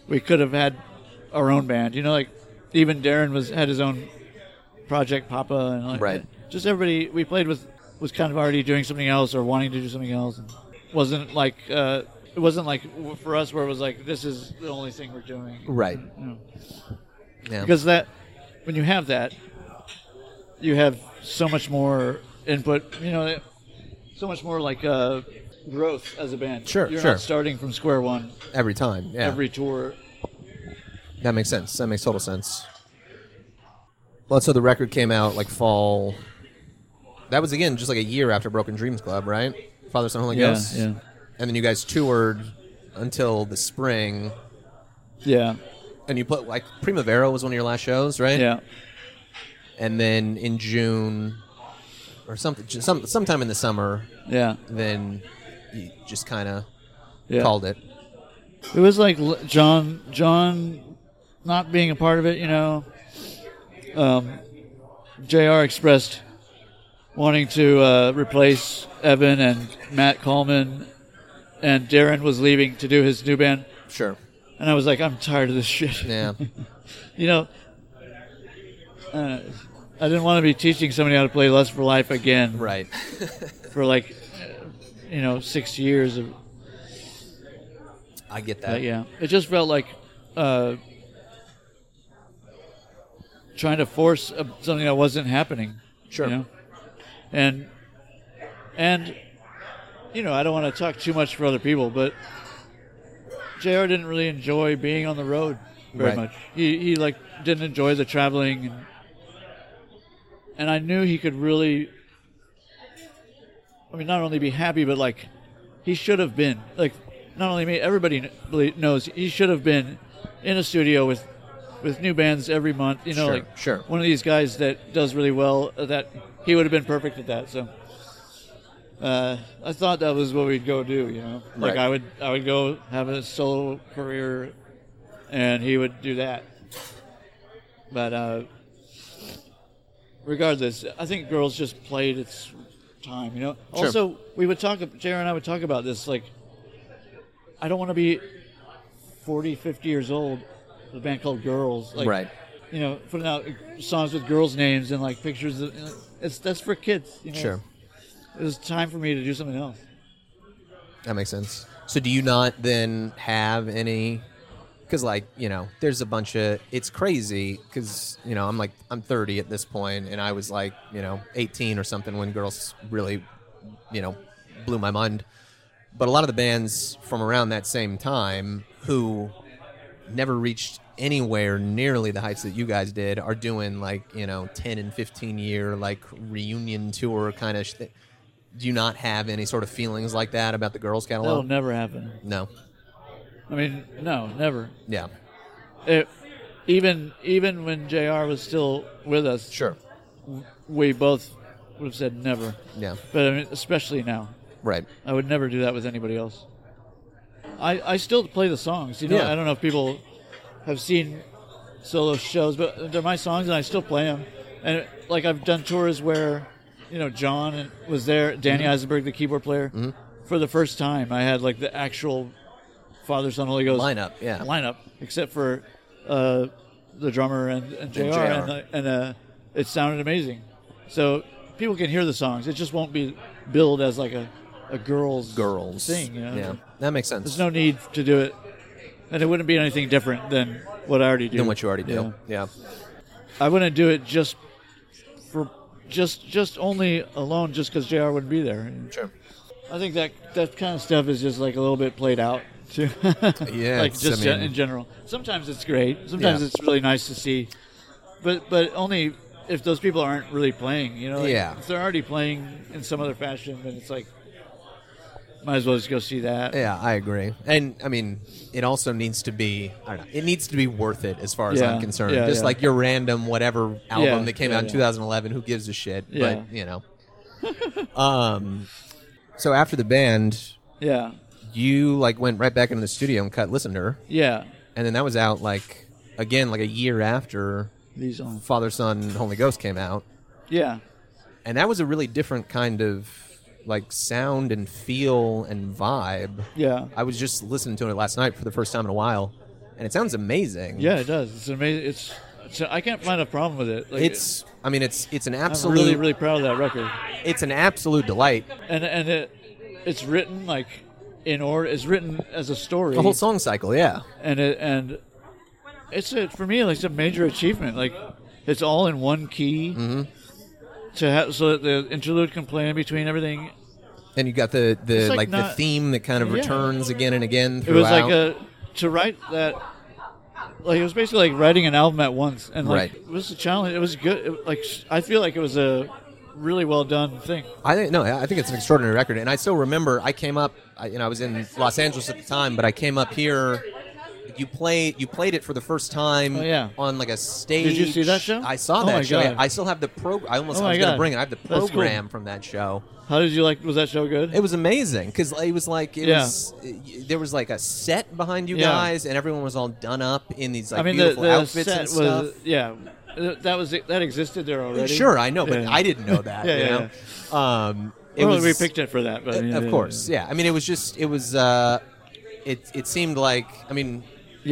Speaker 2: we could have had our own band. You know, like even Darren was had his own project, Papa, and like,
Speaker 1: Right.
Speaker 2: Just everybody we played with was kind of already doing something else or wanting to do something else. And wasn't like uh, it wasn't like w- for us where it was like this is the only thing we're doing.
Speaker 1: right.
Speaker 2: You know?
Speaker 1: Yeah.
Speaker 2: Because that when you have that, you have so much more input. You know, so much more like uh, growth as a band.
Speaker 1: Sure,
Speaker 2: You're
Speaker 1: sure.
Speaker 2: not starting from square one
Speaker 1: Every time. Yeah.
Speaker 2: every tour.
Speaker 1: That makes sense. That makes total sense. Well, so the record came out like fall. That was again just like a year after Broken Dreams Club, right? Father Son Holy
Speaker 2: Yeah,
Speaker 1: Ghost.
Speaker 2: yeah.
Speaker 1: And then you guys toured until the spring,
Speaker 2: Yeah,
Speaker 1: and you put like Primavera was one of your last shows, right?
Speaker 2: yeah,
Speaker 1: And then in June, or something, just some sometime in the summer,
Speaker 2: yeah.
Speaker 1: then you just kind of
Speaker 2: yeah.
Speaker 1: called it.
Speaker 2: It was like l- John, John, not being a part of it. You know, um, Jr. expressed wanting to uh, replace Evan and Matt Coleman, and Darren was leaving to do his new band.
Speaker 1: Sure.
Speaker 2: And I was like, I'm tired of this shit.
Speaker 1: Yeah.
Speaker 2: You know, uh, I didn't want to be teaching somebody how to play Lust for Life again.
Speaker 1: right.
Speaker 2: for like you know six years of
Speaker 1: I get that.
Speaker 2: but Uh, yeah it just felt like uh, trying to force a, something that wasn't happening
Speaker 1: Sure.
Speaker 2: you know? and and you know i don't want to talk too much for other people but jr didn't really enjoy being on the road very
Speaker 1: Right.
Speaker 2: much he, he like didn't enjoy the traveling and, and i knew he could really I mean, not only be happy, but like he should have been. Like, not only me, everybody kn- belie- knows he should have been in a studio with with new bands every month. You know,
Speaker 1: Sure,
Speaker 2: like
Speaker 1: sure.
Speaker 2: one of these guys that does really well. uh, That he would have been perfect at that. So, uh, I thought that was what we'd go do. You know, like
Speaker 1: Right.
Speaker 2: I would I would go have a solo career, and he would do that. But uh, regardless, I think girls just played its time. You know.
Speaker 1: Sure.
Speaker 2: Also, we would talk. Jared and I would talk about this. Like, I don't want to be 40, 50 years old. with A band called Girls, like,
Speaker 1: Right.
Speaker 2: You know, putting out songs with girls' names and like pictures. Of, it's that's for kids. You know?
Speaker 1: Sure.
Speaker 2: It was time for me to do something else.
Speaker 1: That makes sense. So do you not then have any? Because like you know, there's a bunch of it's crazy. Because you know, I'm like I'm 30 at this point, and I was like you know 18 or something when girls really, you know, blew my mind. But a lot of the bands from around that same time who never reached anywhere nearly the heights that you guys did are doing like you know 10 and 15 year like reunion tour kind of sh- do you not have any sort of feelings like that about the girls
Speaker 2: That'll
Speaker 1: catalog
Speaker 2: never happen.
Speaker 1: no
Speaker 2: I mean, no, never.
Speaker 1: yeah
Speaker 2: It, even even when Jr. was still with us,
Speaker 1: sure
Speaker 2: we both would have said never.
Speaker 1: yeah
Speaker 2: But I mean, especially now,
Speaker 1: right
Speaker 2: I would never do that with anybody else. I I still play the songs. You know,
Speaker 1: Yeah.
Speaker 2: I don't know if people have seen solo shows, but they're my songs, and I still play them. And like I've done tours where, you know, John was there,
Speaker 1: Mm-hmm.
Speaker 2: Danny Eisenberg, the keyboard player, for the first time. I had like the actual Father Son Holy Ghost
Speaker 1: lineup yeah
Speaker 2: lineup, except for uh, the drummer and, and JR. And,
Speaker 1: JR.
Speaker 2: uh, and, uh, it sounded amazing. So people can hear the songs. It just won't be billed as like a, a girl's
Speaker 1: girls
Speaker 2: thing. You know?
Speaker 1: yeah that makes sense
Speaker 2: There's no need to do it. And it wouldn't be anything different than what I already do.
Speaker 1: than what you already
Speaker 2: Yeah.
Speaker 1: do yeah,
Speaker 2: I wouldn't do it just for just just only alone just because JR wouldn't be there.
Speaker 1: sure
Speaker 2: I think that that kind of stuff is just like a little bit played out too.
Speaker 1: Yeah,
Speaker 2: like
Speaker 1: it's-
Speaker 2: just
Speaker 1: I mean-
Speaker 2: in general. Sometimes it's great. Sometimes
Speaker 1: Yeah.
Speaker 2: it's really nice to see, but but only if those people aren't really playing. You know, Like,
Speaker 1: Yeah.
Speaker 2: If they're already playing in some other fashion, then it's like might as well just go see that.
Speaker 1: yeah i agree and i mean it also needs to be i don't know it needs to be worth it as far as
Speaker 2: Yeah.
Speaker 1: i'm concerned
Speaker 2: Yeah,
Speaker 1: just
Speaker 2: yeah.
Speaker 1: like your random whatever album
Speaker 2: Yeah,
Speaker 1: that came
Speaker 2: yeah,
Speaker 1: out in
Speaker 2: yeah.
Speaker 1: 2011 who gives a shit
Speaker 2: Yeah.
Speaker 1: but you know um so after the band
Speaker 2: Yeah,
Speaker 1: you like went right back into the studio and cut listener
Speaker 2: yeah.
Speaker 1: and then that was out like again like a year after
Speaker 2: These on.
Speaker 1: father son holy ghost came out
Speaker 2: Yeah,
Speaker 1: and that was a really different kind of like sound and feel and vibe
Speaker 2: yeah,
Speaker 1: i was just listening to it last night for the first time in a while and it sounds amazing
Speaker 2: yeah. It does. It's amazing. It's, it's I can't find a problem with it. Like,
Speaker 1: it's i mean it's it's an
Speaker 2: I'm
Speaker 1: absolute
Speaker 2: really really proud of that record.
Speaker 1: it's an absolute delight
Speaker 2: and and it it's written like in order it's written as a story
Speaker 1: the whole song cycle yeah
Speaker 2: and it and it's a, for me like it's a major achievement like it's all in one key
Speaker 1: Mm-hmm.
Speaker 2: to have so that the interlude can play in between everything
Speaker 1: and you got the the
Speaker 2: It's
Speaker 1: like,
Speaker 2: like
Speaker 1: the
Speaker 2: not-
Speaker 1: theme that kind of
Speaker 2: Yeah.
Speaker 1: returns again and again
Speaker 2: it was
Speaker 1: throughout
Speaker 2: like a to write that like it was basically like writing an album at once and like
Speaker 1: Right.
Speaker 2: it was a challenge it was good it, like i feel like it was a really well done thing
Speaker 1: I think no, I think it's an extraordinary record, and I still remember I came up. I, you know, I was in Los Angeles at the time, but I came up here. You play you played it for the first time
Speaker 2: Oh, yeah.
Speaker 1: on like a stage.
Speaker 2: Did you see that show?
Speaker 1: I saw
Speaker 2: Oh,
Speaker 1: that
Speaker 2: my
Speaker 1: show. yeah.
Speaker 2: God.
Speaker 1: I still have the pro. I almost
Speaker 2: Oh,
Speaker 1: I was
Speaker 2: my
Speaker 1: gonna
Speaker 2: God.
Speaker 1: bring it. I have the
Speaker 2: That's cool.
Speaker 1: program from that show.
Speaker 2: how did you like was that show good
Speaker 1: It was amazing because it was like it
Speaker 2: Yeah.
Speaker 1: was y- there was like a set behind you
Speaker 2: Yeah.
Speaker 1: guys, and everyone was all done up in these like
Speaker 2: I mean, the,
Speaker 1: beautiful
Speaker 2: the
Speaker 1: outfits
Speaker 2: set
Speaker 1: and stuff.
Speaker 2: was yeah, Th- that was that existed there already.
Speaker 1: Sure, I know, but
Speaker 2: Yeah.
Speaker 1: I didn't know that.
Speaker 2: Yeah,
Speaker 1: you
Speaker 2: yeah,
Speaker 1: know? Um, it
Speaker 2: Well,
Speaker 1: was Uh,
Speaker 2: we picked it for that, but yeah,
Speaker 1: of
Speaker 2: yeah,
Speaker 1: course, yeah. I mean, it was just it was uh, it it seemed like I mean,
Speaker 2: Yeah,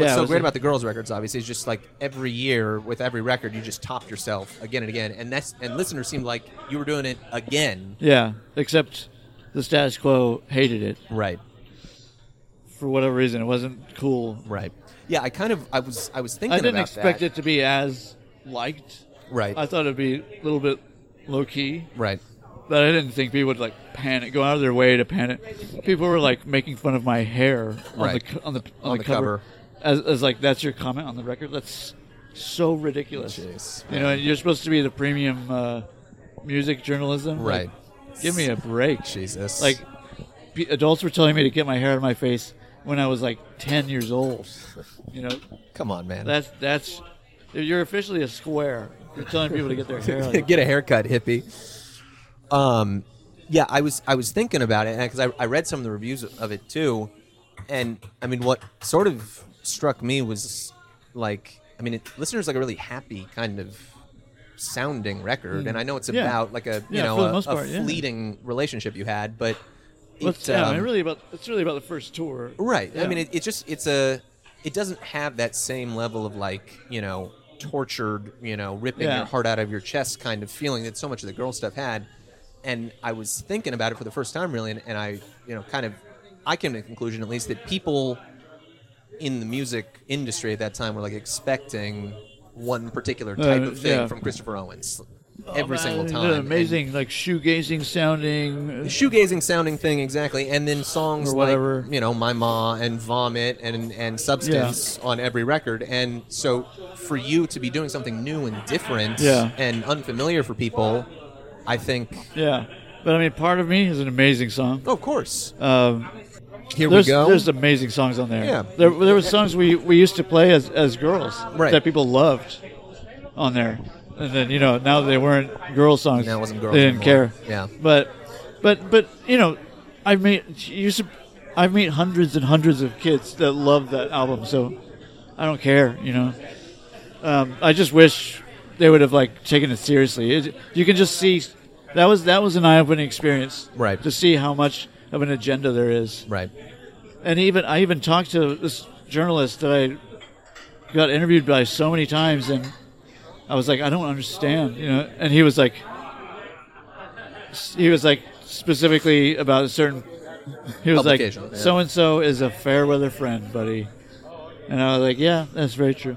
Speaker 1: what's
Speaker 2: it
Speaker 1: so
Speaker 2: was
Speaker 1: great
Speaker 2: a-
Speaker 1: about the girls' records, obviously, is just like every year with every record, you just top yourself again and again, and that's and listeners seemed like you were doing it again,
Speaker 2: yeah. Yeah, except the status quo hated it
Speaker 1: right,
Speaker 2: for whatever reason. It wasn't cool.
Speaker 1: right, yeah. I kind of I was I was thinking
Speaker 2: I didn't
Speaker 1: about
Speaker 2: expect
Speaker 1: that.
Speaker 2: it to be as liked.
Speaker 1: right,
Speaker 2: I thought it'd be a little bit low key,
Speaker 1: right,
Speaker 2: but I didn't think people would like panic, go out of their way to panic. People were like making fun of my hair on
Speaker 1: Right.
Speaker 2: the co- on the on,
Speaker 1: On
Speaker 2: the,
Speaker 1: the
Speaker 2: cover,
Speaker 1: cover.
Speaker 2: As, as like that's your comment on the record. That's so ridiculous.
Speaker 1: Jeez.
Speaker 2: You know, and you're supposed to be the premium uh, music journalism.
Speaker 1: right,
Speaker 2: Like, give me a break.
Speaker 1: Jesus,
Speaker 2: Like, pe adults were telling me to get my hair out of my face when I was like 10 years old. You know,
Speaker 1: come on, man,
Speaker 2: that's that's you're officially a square. You're telling people to get their hair. Out of
Speaker 1: get a haircut, hippie. Um, Yeah, I was I was thinking about it because I, I read some of the reviews of it too, and I mean, what sort of struck me was like, I mean, it, listeners like a really happy kind of sounding record, and I know it's
Speaker 2: Mm. Yeah.
Speaker 1: about like a you
Speaker 2: Yeah,
Speaker 1: know
Speaker 2: for the
Speaker 1: a,
Speaker 2: most
Speaker 1: a
Speaker 2: part, yeah.
Speaker 1: fleeting relationship you had, but it,
Speaker 2: Well, it's, yeah, I
Speaker 1: um,
Speaker 2: mean, really about it's really about the first tour,
Speaker 1: Right. I
Speaker 2: Yeah.
Speaker 1: mean, it, it just it's a it doesn't have that same level of like you know tortured you know ripping
Speaker 2: Yeah.
Speaker 1: your heart out of your chest kind of feeling that so much of the girl stuff had. And I was thinking about it for the first time really, and, and I you know kind of I came to the conclusion at least that people in the music industry at that time were like expecting one particular type
Speaker 2: Uh,
Speaker 1: of thing
Speaker 2: yeah.
Speaker 1: from Christopher Owens every single
Speaker 2: Uh,
Speaker 1: time.
Speaker 2: An
Speaker 1: And-
Speaker 2: amazing, like shoegazing sounding.
Speaker 1: shoegazing sounding thing exactly and then songs
Speaker 2: Or whatever.
Speaker 1: like you know my ma and vomit and and substance on every record and so for you to be doing something new and different
Speaker 2: Yeah.
Speaker 1: and unfamiliar for people i think
Speaker 2: Yeah, but I mean, part of me is an amazing song.
Speaker 1: oh, of course
Speaker 2: Um,
Speaker 1: here
Speaker 2: there's,
Speaker 1: we go
Speaker 2: there's amazing songs on there.
Speaker 1: Yeah.
Speaker 2: there, there were songs we, we used to play as, as girls
Speaker 1: Right.
Speaker 2: that people loved on there, and then you know now they weren't girl songs.
Speaker 1: Now it wasn't girls
Speaker 2: They didn't
Speaker 1: anymore.
Speaker 2: care.
Speaker 1: Yeah.
Speaker 2: but but but you know, I meet you. sup- I meet hundreds and hundreds of kids that love that album, so I don't care. You know, um, I just wish they would have like taken it seriously. It, you can just see that was that was an eye-opening experience,
Speaker 1: Right.
Speaker 2: To see how much of an agenda there is,
Speaker 1: right
Speaker 2: and even I even talked to this journalist that I got interviewed by so many times, and I was like, I don't understand, you know. And he was like, he was like specifically about a certain. He was like,
Speaker 1: Publication, yeah.
Speaker 2: so and so is a fair weather friend, buddy. And I was like, yeah, that's very true.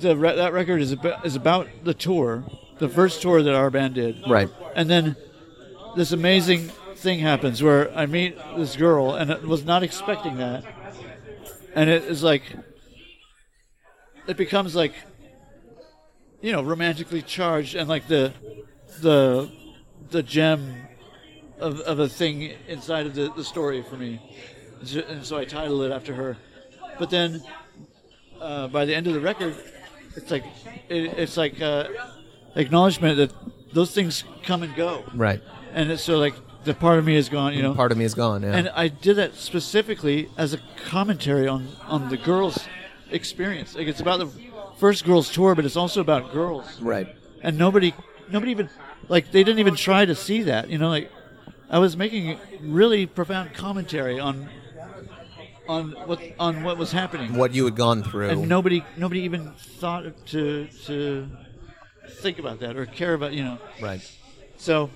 Speaker 2: The re- that record is about, is about the tour, the first tour that our band did,
Speaker 1: right
Speaker 2: and then this amazing thing happens where I meet this girl and I was not expecting that. And it is like it becomes like you know, romantically charged and like the the the gem of, of a thing inside of the, the story for me. And so- And so I titled it after her. But then uh, by the end of the record, it's like it, it's like uh, acknowledgement that those things come and go.
Speaker 1: right
Speaker 2: And it's so like the part of me is gone, you know.
Speaker 1: part of me is gone yeah
Speaker 2: and I did that specifically as a commentary on on the girls' experience. Like it's about the first girls' tour, but it's also about girls.
Speaker 1: right
Speaker 2: And nobody, nobody even like they didn't even try to see that, you know. Like I was making really profound commentary on on what on what was happening
Speaker 1: what you had gone through
Speaker 2: and nobody nobody even thought to to think about that or care about you know
Speaker 1: right
Speaker 2: so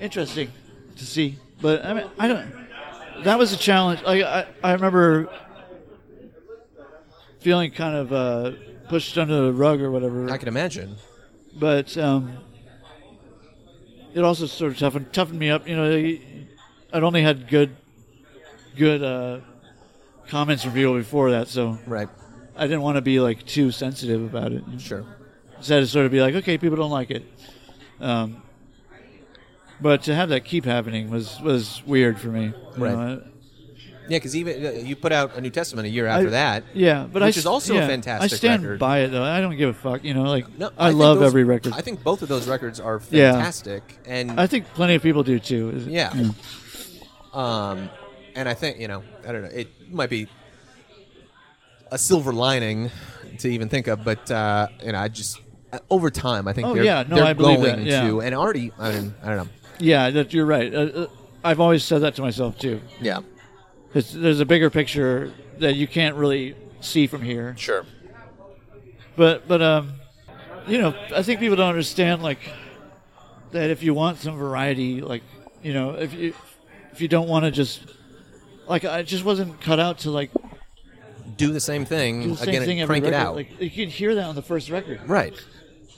Speaker 2: interesting to see but i mean i don't that was a challenge like i i remember feeling kind of uh pushed under the rug or whatever
Speaker 1: i can imagine
Speaker 2: but um it also sort of toughened toughened me up you know i'd only had good good uh comments from people before that so
Speaker 1: right
Speaker 2: I didn't want to be like too sensitive about it.
Speaker 1: sure
Speaker 2: So I just sort of be like, okay, people don't like it. Um, but to have that keep happening was was weird for me. You
Speaker 1: Right.
Speaker 2: know, uh,
Speaker 1: yeah because even uh, you put out a new testament a year after
Speaker 2: I-
Speaker 1: that
Speaker 2: I- yeah, but I
Speaker 1: Which is
Speaker 2: s-
Speaker 1: also a
Speaker 2: yeah,
Speaker 1: fantastic
Speaker 2: I stand
Speaker 1: record.
Speaker 2: by it though. I don't give a fuck. You know, like
Speaker 1: No,
Speaker 2: I,
Speaker 1: think
Speaker 2: love
Speaker 1: those-
Speaker 2: every record.
Speaker 1: I think both of those records are
Speaker 2: Yeah.
Speaker 1: fantastic, and
Speaker 2: I think plenty of people do too. Is it-
Speaker 1: yeah,
Speaker 2: Hmm.
Speaker 1: um, and I think you know, I don't know, it might be a silver lining to even think of, but uh, you know, I just uh, over time, I think
Speaker 2: Oh,
Speaker 1: they're,
Speaker 2: yeah, no,
Speaker 1: they're
Speaker 2: I believe
Speaker 1: going
Speaker 2: that, yeah.
Speaker 1: to, and already, I mean, I don't know,
Speaker 2: yeah. That you're right. Uh, uh, I've always said that to myself too.
Speaker 1: yeah,
Speaker 2: It's, there's a bigger picture that you can't really see from here.
Speaker 1: sure,
Speaker 2: But but um, you know, I think people don't understand like that if you want some variety, like you know, if you if you don't want to just like I just wasn't cut out to like
Speaker 1: do the same thing
Speaker 2: do the same
Speaker 1: again, and
Speaker 2: thing every
Speaker 1: crank
Speaker 2: record.
Speaker 1: it out,
Speaker 2: Like you can hear that on the first record.
Speaker 1: right,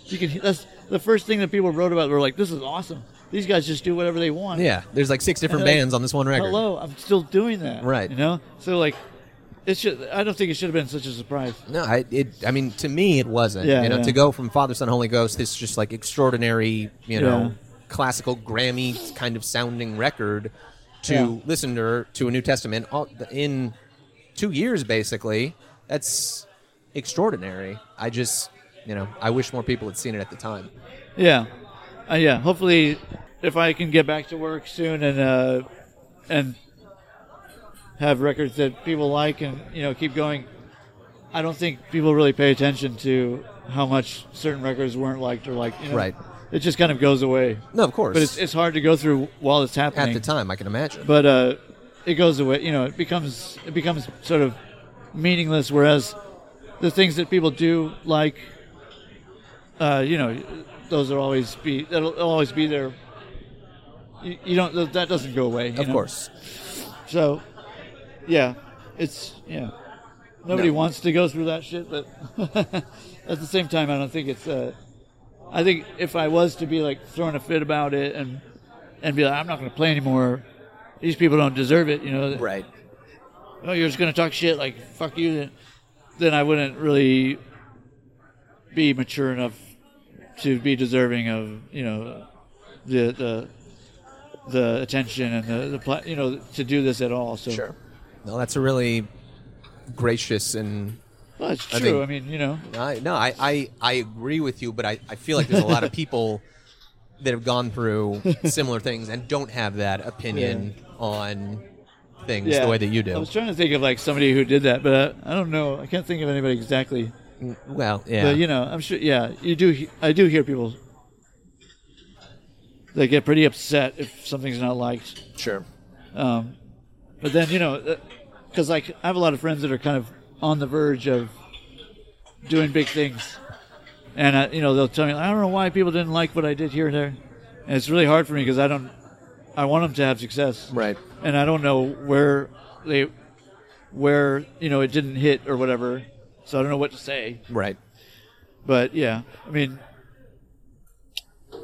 Speaker 2: You can that's the first thing that people wrote about. Were like, this is awesome. These guys just do whatever they want.
Speaker 1: yeah. There's like six different
Speaker 2: And, like,
Speaker 1: bands on this one record,
Speaker 2: Hello, I'm still doing that.
Speaker 1: Right.
Speaker 2: You know. So like, it should. I don't think it should have been such a surprise.
Speaker 1: No, I it. I mean, to me, it wasn't.
Speaker 2: Yeah,
Speaker 1: you know,
Speaker 2: yeah.
Speaker 1: to go from Father, Son, Holy Ghost, this just like extraordinary, you know,
Speaker 2: Yeah.
Speaker 1: classical Grammy kind of sounding record, to
Speaker 2: Yeah.
Speaker 1: listener to a New Testament all, in two years, basically. That's extraordinary. I just, you know, I wish more people had seen it at the time.
Speaker 2: Yeah, uh, yeah. Hopefully, it if I can get back to work soon and uh, and have records that people like and you know keep going. I don't think people really pay attention to how much certain records weren't liked or liked. You know?
Speaker 1: Right.
Speaker 2: It just kind of goes away.
Speaker 1: No, of course.
Speaker 2: But it's, it's hard to go through while it's
Speaker 1: at
Speaker 2: happening
Speaker 1: the time, I can imagine.
Speaker 2: but uh, it goes away. You know, it becomes it becomes sort of meaningless. Whereas the things that people do like, uh, you know, those will always be that'll it'll always be there. You, you don't that doesn't go away. you
Speaker 1: of
Speaker 2: know?
Speaker 1: course.
Speaker 2: So, yeah, it's yeah. Nobody
Speaker 1: No.
Speaker 2: wants to go through that shit, but at the same time, I don't think it's. Uh, I think if I was to be like throwing a fit about it and and be like, I'm not going to play anymore. These people don't deserve it, you know.
Speaker 1: Right.
Speaker 2: Oh, you're just going to talk shit like fuck you. Then, then I wouldn't really be mature enough to be deserving of you know the the the attention and the, the pla- you know to do this at all. So
Speaker 1: Sure. No, that's a really gracious and
Speaker 2: Well, it's true.
Speaker 1: I
Speaker 2: I,
Speaker 1: think-
Speaker 2: mean, you know,
Speaker 1: I, no, I, I I agree with you, but I, I feel like there's a lot of people that have gone through similar things and don't have that opinion on things the way that you
Speaker 2: I
Speaker 1: do.
Speaker 2: was trying to think of like somebody who did that, but I, I don't know. I can't think of anybody exactly.
Speaker 1: well, yeah.
Speaker 2: But you know, I'm sure. Yeah, you do. he- I do hear people. They get pretty upset if something's not liked.
Speaker 1: sure.
Speaker 2: Um, but then you know, because like I have a lot of friends that are kind of on the verge of doing big things, and I, you know they'll tell me I don't know why people didn't like what I did here and there, and it's really hard for me because I don't. I want them to have success,
Speaker 1: Right.
Speaker 2: and I don't know where they, where you know it didn't hit or whatever, so I don't know what to say.
Speaker 1: Right.
Speaker 2: But yeah, I mean,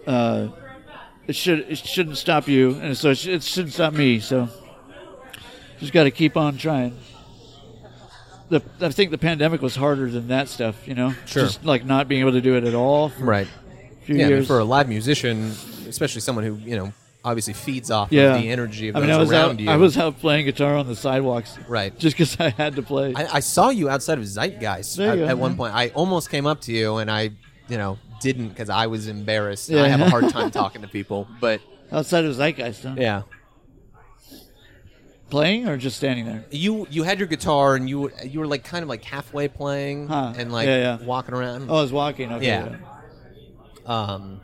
Speaker 2: uh, it should it shouldn't stop you, and so it, sh- it shouldn't stop me. So just got to keep on trying. The, I think the pandemic was harder than that stuff, you know.
Speaker 1: Sure.
Speaker 2: Just like not being able to do it at all for
Speaker 1: Right.
Speaker 2: a few
Speaker 1: Yeah, I mean,
Speaker 2: years.
Speaker 1: for a live musician, especially someone who, you know, obviously feeds off
Speaker 2: yeah,
Speaker 1: of the energy of
Speaker 2: I
Speaker 1: those
Speaker 2: mean, I was
Speaker 1: around
Speaker 2: out.
Speaker 1: you.
Speaker 2: I was out playing guitar on the sidewalks,
Speaker 1: Right.
Speaker 2: Just because I had to play.
Speaker 1: I, I saw you outside of Zeitgeist
Speaker 2: There
Speaker 1: at,
Speaker 2: you go,
Speaker 1: at one
Speaker 2: yeah.
Speaker 1: point. I almost came up to you, and I, you know, didn't because I was embarrassed. and I
Speaker 2: Yeah.
Speaker 1: have a hard time talking to people, but
Speaker 2: Outside of Zeitgeist, huh?
Speaker 1: yeah,
Speaker 2: playing or just standing there.
Speaker 1: you you had your guitar and you were- you were like kind of like halfway playing
Speaker 2: Huh.
Speaker 1: and like
Speaker 2: Yeah, yeah.
Speaker 1: walking around.
Speaker 2: Oh, I was walking. Okay.
Speaker 1: Yeah. Um,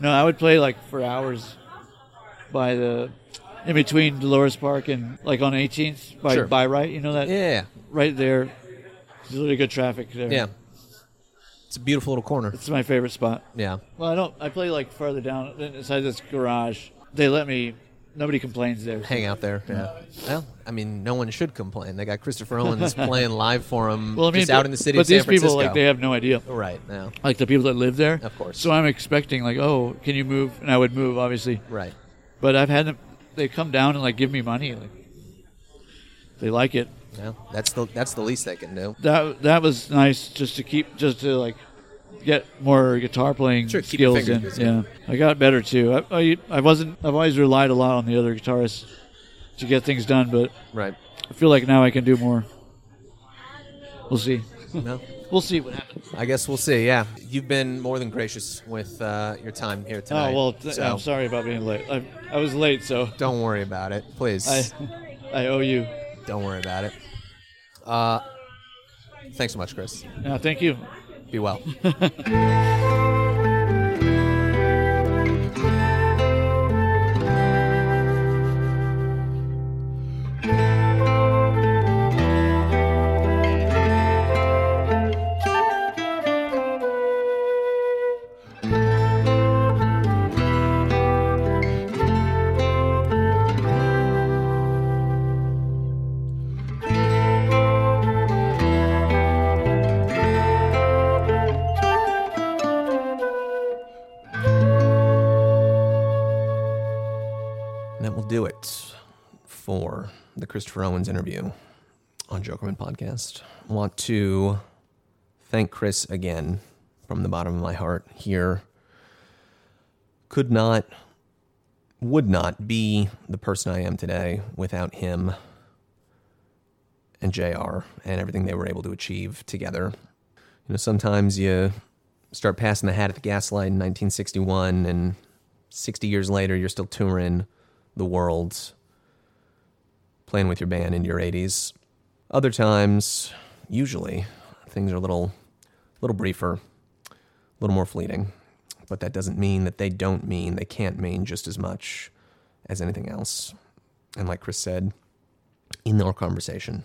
Speaker 2: No, I would play like for hours by the in between Dolores Park and like on 18th by
Speaker 1: Sure.
Speaker 2: by right. You know that
Speaker 1: yeah,
Speaker 2: right there. There's really good traffic there.
Speaker 1: yeah. It's a beautiful little corner.
Speaker 2: it's my favorite spot.
Speaker 1: Yeah,
Speaker 2: Well, I don't. I play like farther down inside this garage. They let me. Nobody complains there.
Speaker 1: hang out there. Yeah. Well, I mean, no one should complain. They got Christopher Owens playing live for him
Speaker 2: Well, I mean,
Speaker 1: just
Speaker 2: but-
Speaker 1: out in the city
Speaker 2: but
Speaker 1: of San
Speaker 2: these
Speaker 1: Francisco.
Speaker 2: people like they have no idea.
Speaker 1: right now,
Speaker 2: Like the people that live there.
Speaker 1: Of course.
Speaker 2: So I'm expecting like, oh, can you move? And I would move, obviously.
Speaker 1: right.
Speaker 2: But I've had them. They come down and like give me money. Like they like it.
Speaker 1: Yeah, that's the that's the least they can do.
Speaker 2: that that was nice just to keep just to like get more guitar playing
Speaker 1: Sure, keep your
Speaker 2: skills in.
Speaker 1: fingers busy.
Speaker 2: Yeah, I got better too. I, I I wasn't. I've always relied a lot on the other guitarists to get things done, but
Speaker 1: Right.
Speaker 2: I feel like now I can do more. We'll see.
Speaker 1: No.
Speaker 2: We'll see what happens.
Speaker 1: I guess we'll see. Yeah, you've been more than gracious with uh, your time here tonight.
Speaker 2: Oh well, th-
Speaker 1: so
Speaker 2: I'm sorry about being late. I, I was late, so
Speaker 1: Don't worry about it, please.
Speaker 2: I I owe you.
Speaker 1: Don't worry about it. Uh, thanks so much, Chris.
Speaker 2: No, thank you.
Speaker 1: Be well.
Speaker 3: And that will do it for the Christopher Owens interview on Jokerman Podcast. I want to thank Chris again from the bottom of my heart here. Could not, would not be the person I am today without him and JR and everything they were able to achieve together. You know, sometimes you start passing the hat at the gaslight in 1961 and
Speaker 1: 60 years later, you're still touring the world, playing with your band in your 80s. Other times, usually, things are a little, little briefer, a little more fleeting. But that doesn't mean that they don't mean, they can't mean just as much as anything else. And like Chris said, in our conversation,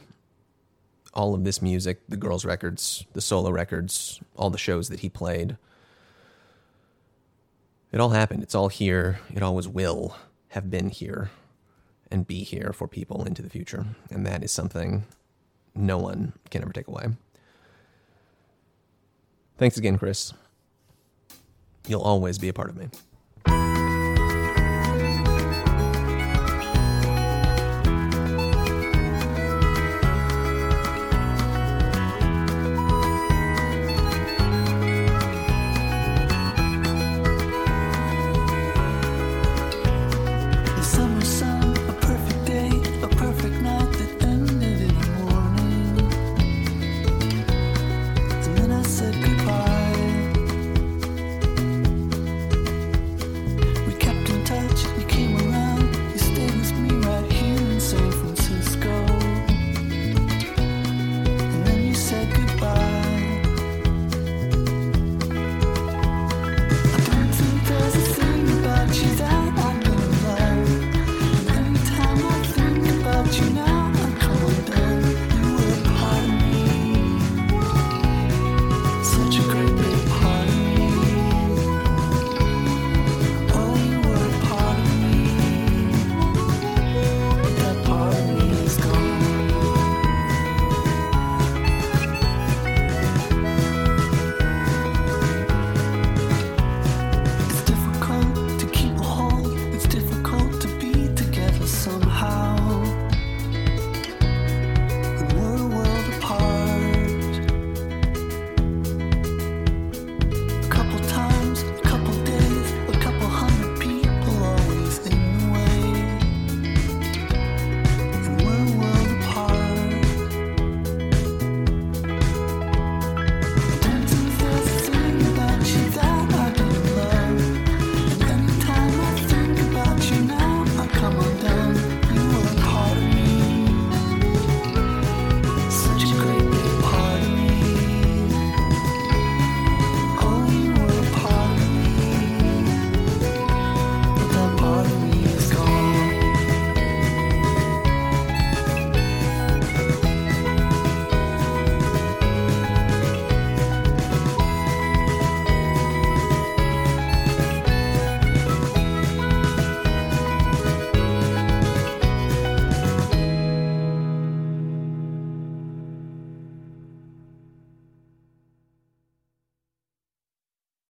Speaker 1: all of this music, the girls' records, the solo records, all the shows that he played, it all happened. It's all here. It always will have been here and be here for people into the future. And that is something no one can ever take away. Thanks again, Chris. You'll always be a part of me.